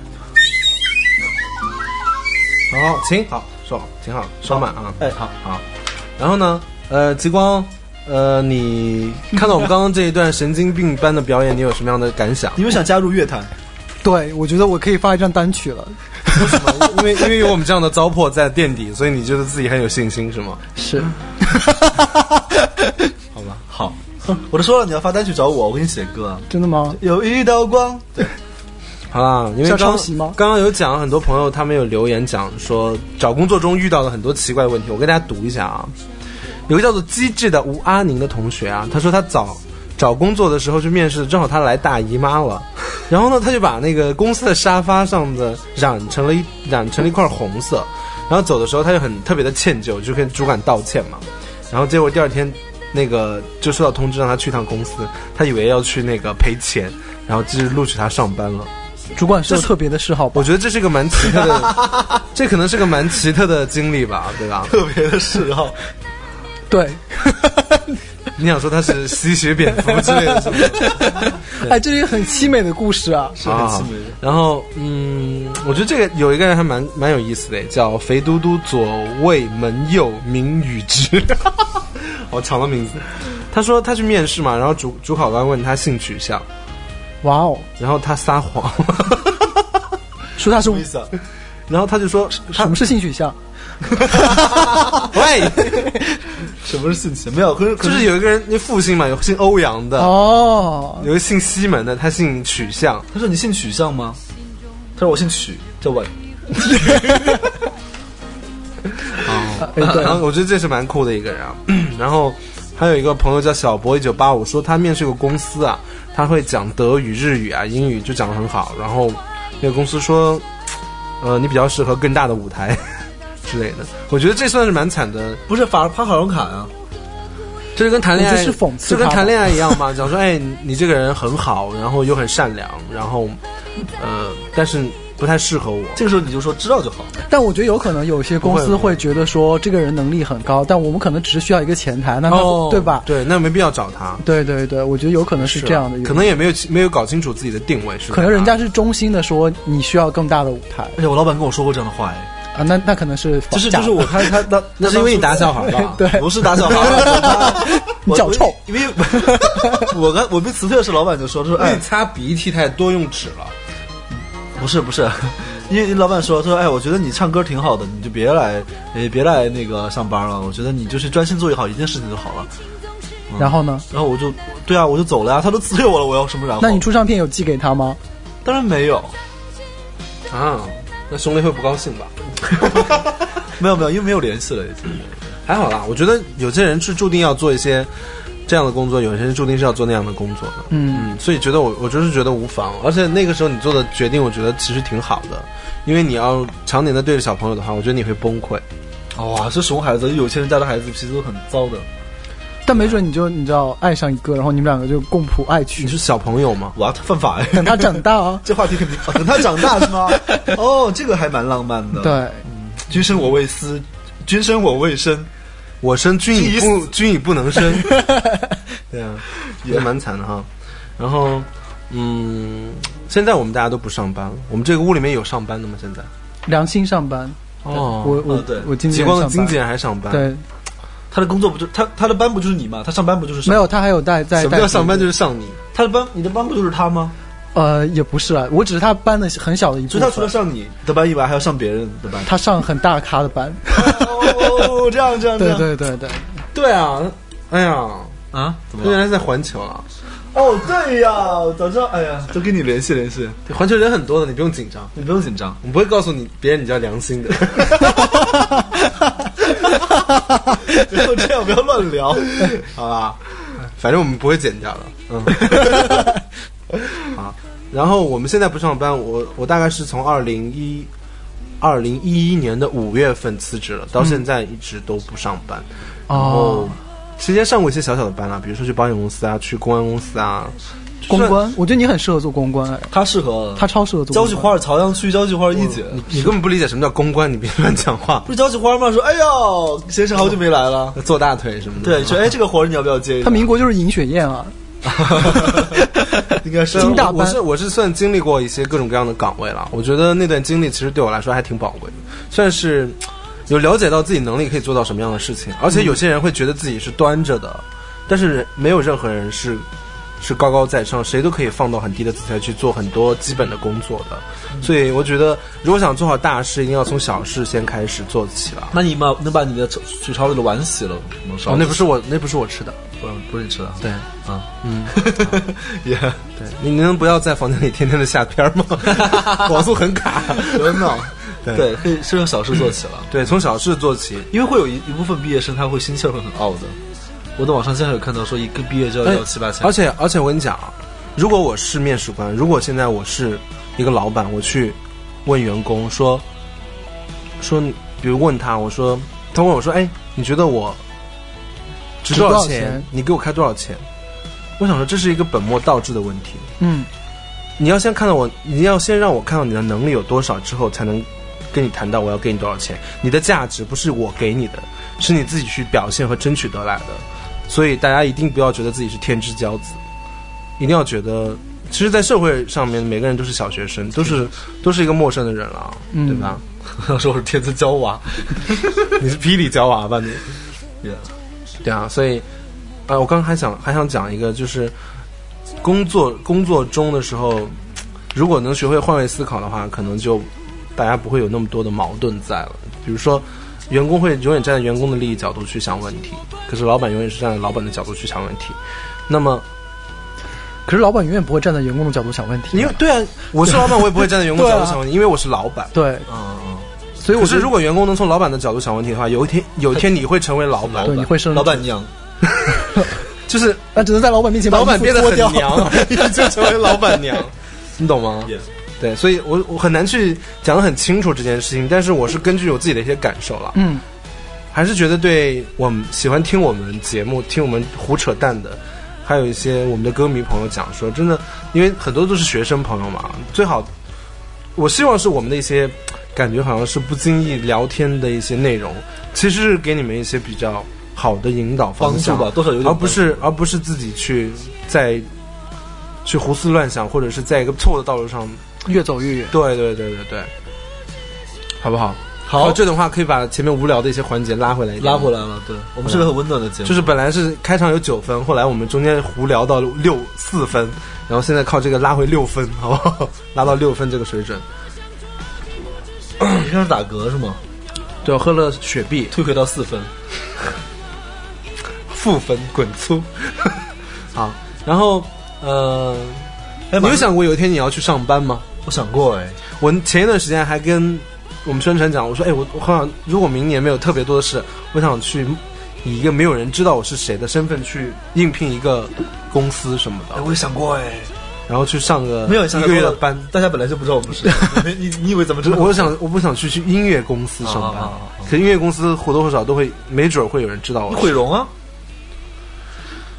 Speaker 3: 然后请好说挺好说满啊，
Speaker 2: 哎，好，
Speaker 3: 好。然后呢，呃，极光，呃， 你看到我们刚刚这一段神经病般的表演，你有什么样的感想？
Speaker 2: 你们想加入乐坛？
Speaker 4: 对，我觉得我可以发一张单曲了。
Speaker 3: 因为因为有我们这样的糟粕在垫底，所以你觉得自己很有信心是吗？
Speaker 4: 是，
Speaker 2: 好，我都说了，你要发单曲找我，我给你写歌。
Speaker 4: 真的吗？
Speaker 2: 有一道光，对，
Speaker 3: 好啦，啊因为
Speaker 4: 是要
Speaker 3: 刚
Speaker 4: 抄袭吗
Speaker 3: 刚刚有讲，很多朋友他们有留言讲说找工作中遇到了很多奇怪的问题，我跟大家读一下啊。有个叫做机智的吴阿宁的同学啊，他说他早找工作的时候去面试，正好他来大姨妈了， 然后呢，他就把那个公司的沙发上的染成了一染成了一块红色，然后走的时候他就很特别的歉疚，就跟主管道歉嘛，然后结果第二天。那个就收到通知让他去趟公司，他以为要去那个赔钱，然后就是录取他上班了。
Speaker 4: 主管是有特别的嗜好吧？
Speaker 3: 我觉得这是个蛮奇特的，这可能是个蛮奇特的经历吧，对吧？
Speaker 2: 特别的嗜好，
Speaker 4: 对，
Speaker 3: 你想说他是吸血蝙蝠之类的，是不 是？
Speaker 4: 哎，这是一个很凄美的故事啊。
Speaker 2: 是很细微的。
Speaker 3: 然后，嗯，我觉得这个有一个人还蛮蛮有意思的，叫肥嘟嘟左卫门右明宇之， 好长的名字。他说他去面试嘛，然后主主考官问他性取向，
Speaker 4: 哇哦，
Speaker 3: 然后他撒谎，
Speaker 4: 说他是
Speaker 2: 意思啊？
Speaker 3: 然后他就说
Speaker 4: 什么是性取向？
Speaker 3: 喂，
Speaker 2: 什么是性情？没有，可是可
Speaker 3: 就是有一个人，那复姓嘛，有姓欧阳的，
Speaker 4: 哦，
Speaker 3: 有一个姓西门的，他姓取向，
Speaker 2: 他说你姓取向吗？他说我姓曲，叫伟。
Speaker 4: 哎对
Speaker 3: 然后我觉得这是蛮酷的一个人啊。 然后还有一个朋友叫小博一九八五，说他面试个公司啊，他会讲德语、日语啊、英语，就讲得很好。然后那个公司说，呃，你比较适合更大的舞台 之类的。我觉得这算是蛮惨的，
Speaker 2: 不是法帕卡隆卡啊，
Speaker 3: 就是跟谈恋
Speaker 4: 我
Speaker 3: 爱
Speaker 4: 觉得是讽刺
Speaker 3: 就跟
Speaker 4: 他吧
Speaker 3: 谈恋爱一样 嘛，讲说哎，你你这个人很好，然后又很善良，然后呃，但是不太适合我。
Speaker 2: 这个时候你就说知道就好。
Speaker 4: 但我觉得有可能有些公司会觉得说这个人能力很高，但我们可能只是需要一个前台，那他、
Speaker 3: 哦
Speaker 4: 对吧？
Speaker 3: 对，那没必要找他。
Speaker 4: 对对对，我觉得有可能是这样的，
Speaker 3: 啊可能也没有没有搞清楚自己的定位是。
Speaker 4: 可能人家是衷心的说你需要更大的舞台
Speaker 2: 而且哎我老板跟我说过这样的话，哎，
Speaker 4: 啊，那那可能是
Speaker 2: 就是
Speaker 4: 假
Speaker 2: 就
Speaker 4: 的
Speaker 2: 是我他他 那
Speaker 3: 那是因为你打小孩
Speaker 4: 对
Speaker 3: 吧？
Speaker 4: 对
Speaker 2: 不是打小孩 儿，
Speaker 4: 你脚臭，
Speaker 2: 因为我 跟我被辞退的时候，老板就说，他说
Speaker 3: 因为
Speaker 2: 哎
Speaker 3: 你，擦鼻涕太多用纸了。
Speaker 2: 不是不是， 因为老板说，他说哎，我觉得你唱歌挺好的，你就别来，也别来那个上班了，我觉得你就是专心做好一件事情就好了。
Speaker 4: 然后呢？
Speaker 2: 然后我就，对啊，我就走了呀、他都辞退我了，我要什么然后？
Speaker 4: 那你出唱片有寄给他吗？
Speaker 2: 当然没有，
Speaker 3: 啊，那兄弟会不高兴吧？
Speaker 2: 没有没有，因为没有联系了已经。
Speaker 3: 还好啦，我觉得有些人是注定要做一些这样的工作，有些人注定是要做那样的工作的。
Speaker 4: 嗯，
Speaker 3: 嗯，所以觉得我我就是觉得无妨，而且那个时候你做的决定，我觉得其实挺好的，因为你要常年的对着小朋友的话，我觉得你会崩溃。
Speaker 2: 哇、这熊孩子，有钱人家的孩子脾气都很糟的。
Speaker 4: 但没准你就你知道爱上一个，然后你们两个就共谱爱曲
Speaker 3: 你，是小朋友吗？
Speaker 2: 哇，他犯法哎！。
Speaker 4: 等他长大啊
Speaker 2: 这话题肯定、啊等他长大是吗？哦，这个还蛮浪漫的。，
Speaker 4: 对，
Speaker 2: 君生我未思，君生我未生，
Speaker 3: 我生君已
Speaker 2: 已
Speaker 3: 不君已不能生，对啊，也蛮惨的哈。然后，嗯，现在我们大家都不上班了，我们这个屋里面有上班的吗？现在
Speaker 4: 良心上班，
Speaker 3: 哦，
Speaker 4: 我我、
Speaker 2: 哦对
Speaker 4: 我经纪
Speaker 3: 极
Speaker 4: 人
Speaker 3: 光
Speaker 4: 上
Speaker 3: 的
Speaker 4: 班，
Speaker 3: 经纪人还上班，，
Speaker 4: 对，
Speaker 2: 他的工作不就他他的班不就是你吗？他上班不就是上
Speaker 4: 没有他还有带在
Speaker 3: 什么叫上班
Speaker 4: 就
Speaker 3: 就是上你？
Speaker 2: 他的班，你的班不就是他吗？
Speaker 4: 呃也不是啊，我只是他班的很小的一部
Speaker 2: 所以
Speaker 4: 分，
Speaker 2: 他除了上你 的班以外，还要上别人的班。
Speaker 4: 他上很大咖的班，
Speaker 2: 哦，这样这样这
Speaker 4: 对
Speaker 2: 样
Speaker 4: 对对对，
Speaker 3: 对啊，哎呀，
Speaker 2: 啊？
Speaker 3: 他
Speaker 2: 怎么
Speaker 3: 原
Speaker 2: 了？
Speaker 3: 来是在环球啊，
Speaker 2: 哦，对呀，早知道，哎呀，都跟你联系联系，
Speaker 3: 对环球人很多的，你不用紧张，
Speaker 2: 你不用紧张。
Speaker 3: 我们不会告诉你别人你叫良心的。
Speaker 2: 不要这样，不要乱聊。
Speaker 3: 好吧，反正我们不会剪掉的。嗯， 好。然后我们现在不上班，我我大概是从二零一二零一一年的五月份辞职了，到现在一直都不上班。然后
Speaker 4: 哦，
Speaker 3: 期间上过一些小小的班啊，比如说去保险公司啊，去公安公司啊，
Speaker 4: 公关，我觉得你很适合做公关，哎
Speaker 2: 他适合
Speaker 4: 他超适合做
Speaker 2: 交
Speaker 4: 公
Speaker 2: 际
Speaker 4: 关
Speaker 2: 花，朝阳区交际花一姐，
Speaker 3: 你你根本不理解什么叫公关，你别乱讲话
Speaker 2: 不，是交际花吗？说哎呦，先生好久没来了。
Speaker 3: 做大腿什么的。
Speaker 2: 对，说哎这个活儿你要不要接一下？
Speaker 4: 他民国就是尹雪燕啊，
Speaker 2: 应该是
Speaker 4: 金大
Speaker 3: 我
Speaker 4: 班
Speaker 3: 是我是算经历过一些各种各样的岗位了，我觉得那段经历其实对我来说还挺宝贵的，算是嘖有了解到自己能力可以做到什么样的事情，而且有些人会觉得自己是端着的，但是没有任何人是是高高在上，谁都可以放到很低的姿态去做很多基本的工作的，所以我觉得如果想做好大事，一定要从小事先开始做起了。
Speaker 2: 那你把能把你的水槽里的碗洗了吗？
Speaker 3: 哦，那不是我，那不是我吃的。
Speaker 2: 不是不是你吃的，
Speaker 3: 对
Speaker 2: 啊，
Speaker 3: 嗯，
Speaker 2: 也
Speaker 3: 对，你你能不要在房间里天天的下片儿 吗？网速很卡，
Speaker 2: 真的，
Speaker 3: 对
Speaker 2: 对，可以是用小事做起了，
Speaker 3: 对，从小事做起。
Speaker 2: 因为会有一一部分毕业生他会心气儿会很傲的。我在网上现在有看到说一个毕业就要
Speaker 3: 哎
Speaker 2: 要七八千，
Speaker 3: 而且而且我跟你讲啊，如果我是面试官，如果现在我是一个老板，我去问员工说说，比如问他，我说他问我说，哎，你觉得我值
Speaker 4: 值
Speaker 3: 多
Speaker 4: 多
Speaker 3: 少
Speaker 4: 少钱
Speaker 3: 你给我开多少钱？我想说这是一个本末倒置的问题。
Speaker 4: 嗯，
Speaker 3: 你要先看到我，你要先让我看到你的能力有多少，之后才能跟你谈到我要给你多少钱。你的价值不是我给你的，是你自己去表现和争取得来的。所以大家一定不要觉得自己是天之骄子，一定要觉得，其实，在社会上面，每个人都是小学生，都是都是一个陌生的人了，对吧？
Speaker 2: 要说我是天之骄娃，
Speaker 3: 你是霹雳娇娃吧你？对啊，所以，啊、我刚刚还想还想讲一个，就是工作工作中的时候，如果能学会换位思考的话，可能就大家不会有那么多的矛盾在了。比如说，员工会永远站在员工的利益角度去想问题，可是老板永远是站在老板的角度去想问题。那么，
Speaker 4: 可是老板永远不会站在员工的角度想问题。
Speaker 3: 因为对啊，我是老 板，我也不会站在员工角度想问题，因为我是老板。
Speaker 4: 对，所
Speaker 3: 嗯
Speaker 4: 以
Speaker 3: 可
Speaker 4: 我
Speaker 3: 是，
Speaker 4: 觉得
Speaker 3: 如果员工能从老板的角度想问题的话，有一天，有一天你会成为老板
Speaker 4: 对，你会生
Speaker 2: 老板 娘，
Speaker 3: 就是
Speaker 4: 那只能在老板面前把
Speaker 3: 老板
Speaker 4: 衣服
Speaker 3: 变得
Speaker 4: 哦脱
Speaker 3: 很
Speaker 4: 掉。
Speaker 3: 娘，你 就成为老板 娘，你懂吗
Speaker 2: Yes
Speaker 3: 对，所以我我很难去讲得很清楚这件事情，但是我是根据我自己的一些感受了，
Speaker 4: 嗯，
Speaker 3: 还是觉得对我们喜欢听我们节目、听我们胡扯淡的，还有一些我们的歌迷朋友讲说，真的，因为很多都是学生朋友嘛，最好我希望是我们的一些感觉好像是不经意聊天的一些内容，其实是给你们一些比较好的引导方向
Speaker 2: 帮助吧多少有点
Speaker 3: 而不是而不是自己去在去胡思乱想，或者是在一个错的道路上。
Speaker 4: 越走越远。
Speaker 3: 对对对对对，好不好？好，这种话可以把前面无聊的一些环节拉回来一点，
Speaker 2: 拉回来了。对我们是个很温暖的节目，
Speaker 3: 就是本来是开场有九分，后来我们中间胡聊到六四分，然后现在靠这个拉回六分，好不好？ 拉到六分这个水准。
Speaker 2: 你开始打嗝是吗？
Speaker 3: 对，喝了雪碧，
Speaker 2: 退回到四 分，
Speaker 3: 负分滚粗。好，然后呃，
Speaker 2: 哎
Speaker 3: 你有想过有一天你要去上班吗？
Speaker 2: 我想过哎，
Speaker 3: 我前一段时间还跟我们宣传讲，我说，哎，我我好想，如果明年没有特别多的事，我想去以一个没有人知道我是谁的身份去应聘一个公司什么的
Speaker 2: 哎，，我也想过哎，
Speaker 3: 然后去哦上个
Speaker 2: 没有
Speaker 3: 一个月的班。，
Speaker 2: 大家本来就不知道我 们是谁，没你你以为咱们真的
Speaker 3: 我想，我不想去去音乐公司上班
Speaker 2: 啊啊啊，
Speaker 3: 可音乐公司或多或少都会，没准儿会有人知道我
Speaker 2: 你
Speaker 3: 是谁。
Speaker 2: 毁容啊？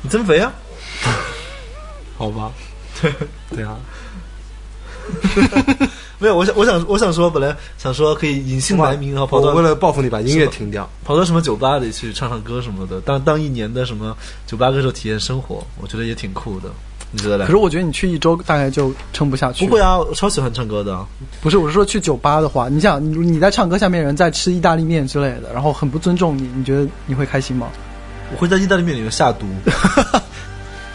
Speaker 2: 你增肥啊？
Speaker 3: 好 吧？对啊，
Speaker 2: 没有，我想我想我想说，本来想说可以隐姓埋名，然啊后跑
Speaker 3: 我
Speaker 2: 到
Speaker 3: 为了报复你把音乐停掉。
Speaker 2: 跑到什么酒吧里去唱唱歌什么的，当当一年的什么酒吧歌手体验生活，我觉得也挺酷的。你觉得嘞
Speaker 4: 可是？我觉得你去一周大概就撑不下去。
Speaker 2: 不会，啊，我超喜欢唱歌的啊。
Speaker 4: 不是，我是说去酒吧的话，你想你你在唱歌，下面人在吃意大利面之类的，然后很不尊重你，你觉得你会开心吗？
Speaker 2: 我会在意大利面里面下毒，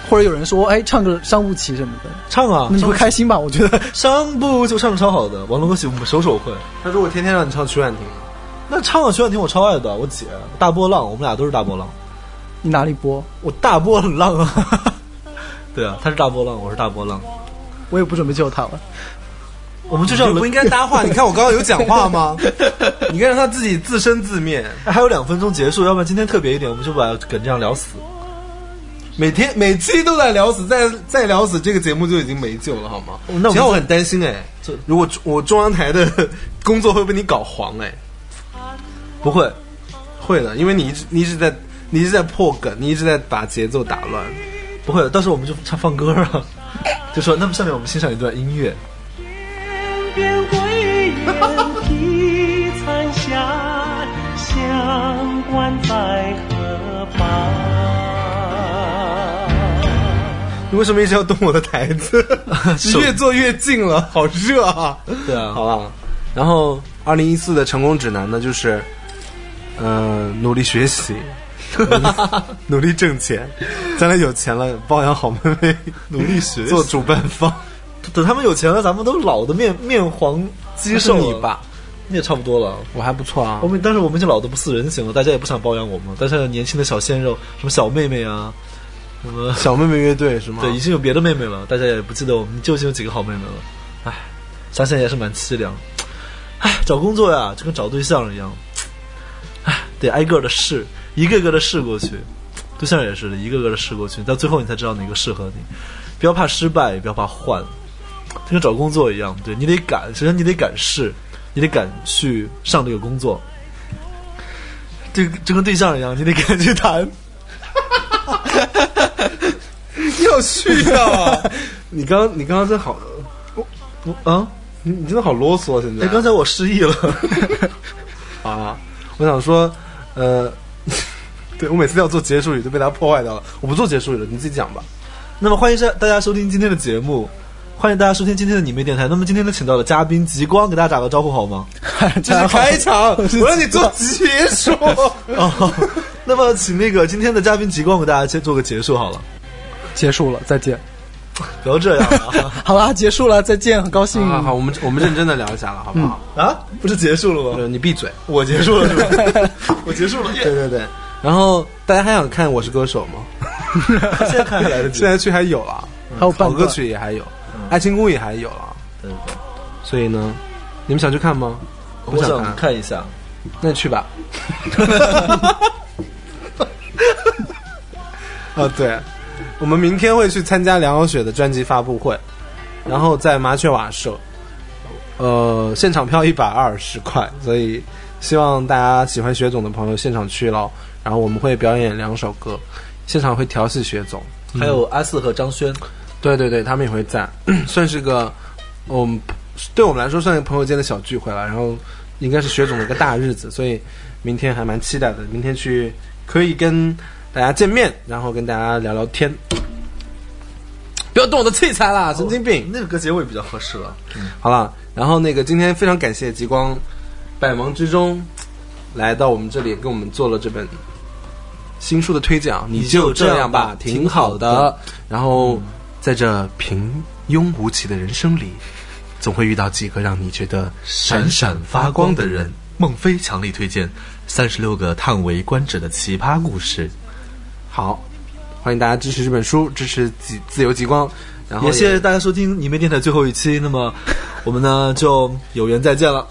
Speaker 4: 或者有人说，哎，唱个商务棋什么的，
Speaker 2: 唱啊
Speaker 4: 那，你会开心吧？我 觉得，
Speaker 2: 上不就唱的超好的，王龙歌曲我首首会。
Speaker 3: 他如果天天让你唱曲婉婷，
Speaker 2: 那唱啊了徐婉婷我超爱的，我姐大波浪，我们俩都是大波浪，
Speaker 4: 你哪里播？
Speaker 2: 我大波浪啊。 对啊，她是大波浪，我是大波浪，
Speaker 4: 我也不准备救他了。
Speaker 2: 我们就是要
Speaker 3: 你不应该搭话。你看我刚刚有讲话吗？你应该让他自己自生自灭。
Speaker 2: 还有两分钟结束，要不然今天特别一点，我们就把梗这样聊死。
Speaker 3: 每天每期都在聊死，再再聊死，这个节目就已经没救了，好吗？
Speaker 2: 哦那我们
Speaker 3: 其实我很担心哎，如果我中央台的 工作会被你搞黄哎，
Speaker 2: 不会，
Speaker 3: 会的，因为你一直你一直在你一直在破梗，你一直在把节奏打乱。
Speaker 2: 不会，到时候我们就唱放歌啊， 就说那么下面我们欣赏一段音乐。
Speaker 9: 边归雁披残霞，相关在河畔。
Speaker 3: 你为什么一直要动我的台 子？你越坐越近了，好热啊！
Speaker 2: 对啊
Speaker 3: 好吧。然后，二零一四的成功指南呢，就是，呃，努力学习， 努力努力挣钱，将来有钱了包养好妹妹，努力学做主办方，
Speaker 2: 等他们有钱了，咱们都老的面面黄肌瘦
Speaker 3: 是
Speaker 2: 了
Speaker 3: 你，吧？
Speaker 2: 你也差不多了。
Speaker 3: 我还不错啊
Speaker 2: 我。们但是我们已经老的不似人形了，大家也不想包养我们。但是年轻的小鲜肉，什么小妹妹啊，什么
Speaker 3: 小妹妹乐队是吗？
Speaker 2: 对，已经有别的妹妹了，大家也不记得我们究竟有几个好妹妹了。唉，想想也是蛮凄凉。唉，找工作呀，就跟找对象一样，唉，得挨个的试，一个个的试过去。对象也是的，一个个的试过去，到最后你才知道哪个适合你。不要怕失败，也不要怕换，就跟找工作一样，对你得敢，首先你得敢试，你得敢去上这个工作。这个就跟对象一样，你得敢去谈。
Speaker 3: 要去啊！你刚你刚刚真好，
Speaker 2: 啊，
Speaker 3: 你你真的好啰嗦，现在。
Speaker 2: 哎，刚才我失忆了。
Speaker 3: 啊，我想说，呃， 对我每次要做结束语就被他破坏掉了。我不做结束语了，你自己讲吧。
Speaker 2: 那么欢迎大家收听今天的节目，欢迎大家收听今天的你妹电台。那么今天呢，请到了嘉宾极光，给大家打个招呼好吗？
Speaker 3: 这是开场，我让你做结束。
Speaker 2: 哦，那么请那个今天的嘉宾极光给大家先做个结束好了，
Speaker 4: 结束了，再见。
Speaker 2: 不要这样啊！
Speaker 4: 好啦，结束了，再见，很高兴。
Speaker 3: 好好，我们我们认真的聊一下了，好不好？呃
Speaker 2: 啊，不是结束了吗？
Speaker 3: 你闭嘴。
Speaker 2: 我结束了是 吧？我结束了，耶
Speaker 3: 对对对。然后大家还想看《我是歌手》 吗？
Speaker 2: 现在看还来得及
Speaker 3: 现。在去还有了，嗯
Speaker 4: 还有半
Speaker 3: 好
Speaker 4: 个
Speaker 3: 歌曲也还有，爱情公寓也还有了。
Speaker 2: 对对对
Speaker 3: 所以呢，你们想去看吗？
Speaker 2: 我
Speaker 3: 想
Speaker 2: 想，看一下，
Speaker 3: 那你去 吧。啊，对，我们明天会去参加梁晓雪的专辑发布会，然后在麻雀瓦舍，呃，现场票一百二十块，所以希望大家喜欢雪总的朋友现场去咯。然后我们会表演两首歌，现场会调戏雪总。
Speaker 2: 还有阿四和张轩，
Speaker 3: 对对对，他们也会在， 算是个我们对我们来说算是朋友间的小聚会了。然后应该是学总的一个大日子，所以明天还蛮期待的。明天去可以跟大家见面，然后跟大家聊聊天。不要动我的器材啦，神经病！
Speaker 2: 那个结尾比较合适了。
Speaker 3: 好了，然后那个今天非常感谢极光，百忙之中来到我们这里，给我们做了这本新书的推荐啊。你就这样吧，挺好的。然后在这平庸无奇的人生里，总会遇到几个让你觉得闪闪发光的人。
Speaker 10: 孟非强力推荐三十六个叹为观止的奇葩故事。
Speaker 3: 好，欢迎大家支持这本书，支持极自由极光。然后
Speaker 2: 也谢谢大家收听你妹电台最后一期。那 么我们呢就有缘再见了。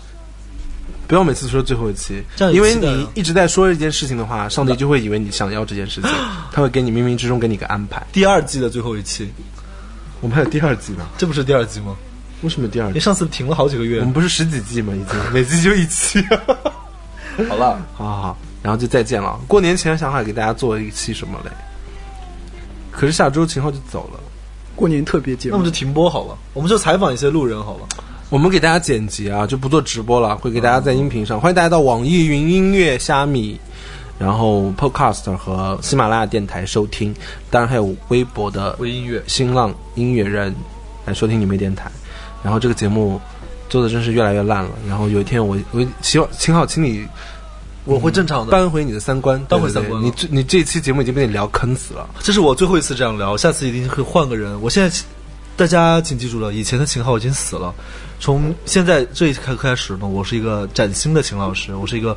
Speaker 3: 不要每次说最后一期
Speaker 2: 这样，有
Speaker 3: 因为
Speaker 2: 期待
Speaker 3: 你
Speaker 2: 了
Speaker 3: 一直在说这件事情的话，上帝就会以为你想要这件事情，他会给你冥冥之中给你个安排。
Speaker 2: 第二季的最后一期，
Speaker 3: 我们还有第二季呢？
Speaker 2: 这不是第二季吗？嗯
Speaker 3: 为什么有第二
Speaker 2: 你
Speaker 3: 季？
Speaker 2: 上次停了好几个月
Speaker 3: 我。们不是十几季吗？已 经每季就一期。
Speaker 2: 好了，
Speaker 3: 好好好，然后就再见了。过年前想好给大家做一期什么嘞？可是下周秦昊就走了，
Speaker 4: 过年特别节
Speaker 2: 那我
Speaker 4: 目
Speaker 2: 们就，停播好了，我们就采访一些路人好了。
Speaker 3: 我们给大家剪辑啊，就不做直播了，会给大家在音频上。欢迎大家到网易云音乐、虾米，然后 Podcast 和喜马拉雅电台收听，当然还有微博的
Speaker 2: 微音乐，
Speaker 3: 新浪音乐人来收听你们电台。然后这个节目做的真是越来越烂了。然后有一天我我希望秦昊，请你
Speaker 2: 我会正常的。
Speaker 3: 扳回你的三观，
Speaker 2: 扳回
Speaker 3: 对对
Speaker 2: 三观
Speaker 3: 对
Speaker 2: 了
Speaker 3: 你这你这期节目已经被你聊坑死了。
Speaker 2: 这是我最后一次这样聊，下次一定会换个人。我现在，大家请记住了，以前的秦昊已经死了。从现在这一开开始呢，我是一个崭新的秦老师，我是一个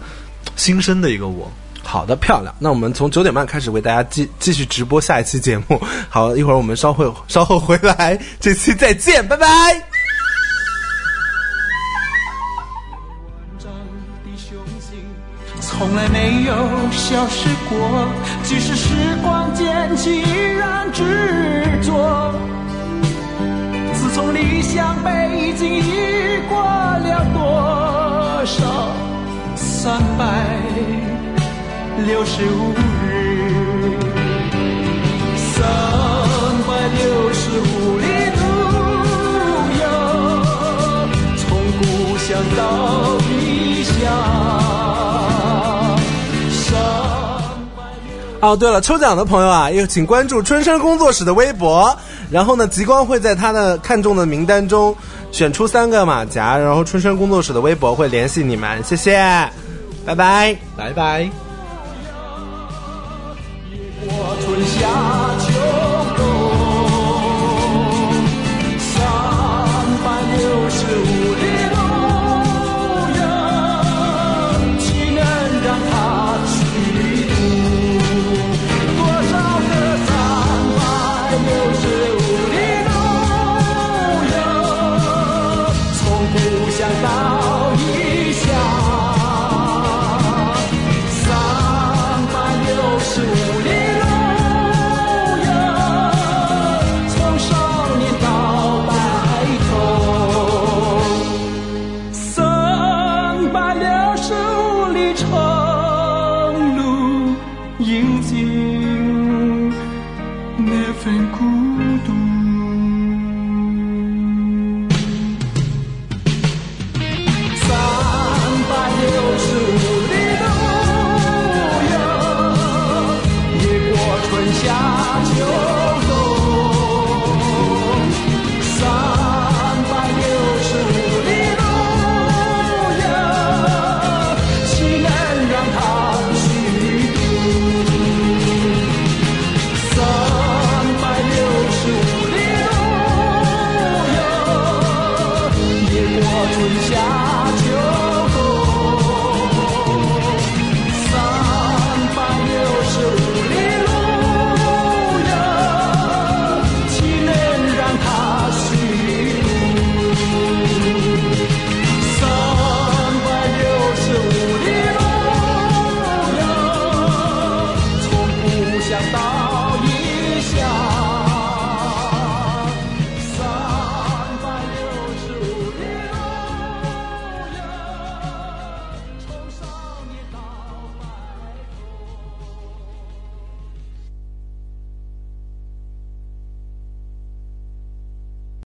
Speaker 2: 新生的一个我。
Speaker 3: 好的，漂亮。那我们从九点半开始为大家继继续直播下一期节目。好，一会儿我们稍会稍后回来，这期再见，拜拜。
Speaker 9: 长的雄心从来没有消失过，只是时光渐起，依然执着。自从理想北京已过了多少三百六十五日，三百六十五里路哟，从故乡到异乡。三
Speaker 3: 哦，对了，抽奖的朋友啊，也请关注春生工作室的微博。然后呢，极光会在他的看中的名单中选出三个马甲，然后春生工作室的微博会联系你们。谢谢，拜拜，拜拜。
Speaker 9: 过春夏秋冬，三百六十五里路呀，岂能让它虚度？多少个三百六十五里路呀，从故乡到异乡。三百六十五里路呀，从少年到白头。三百六十五里长路，迎接那份孤独。下酒。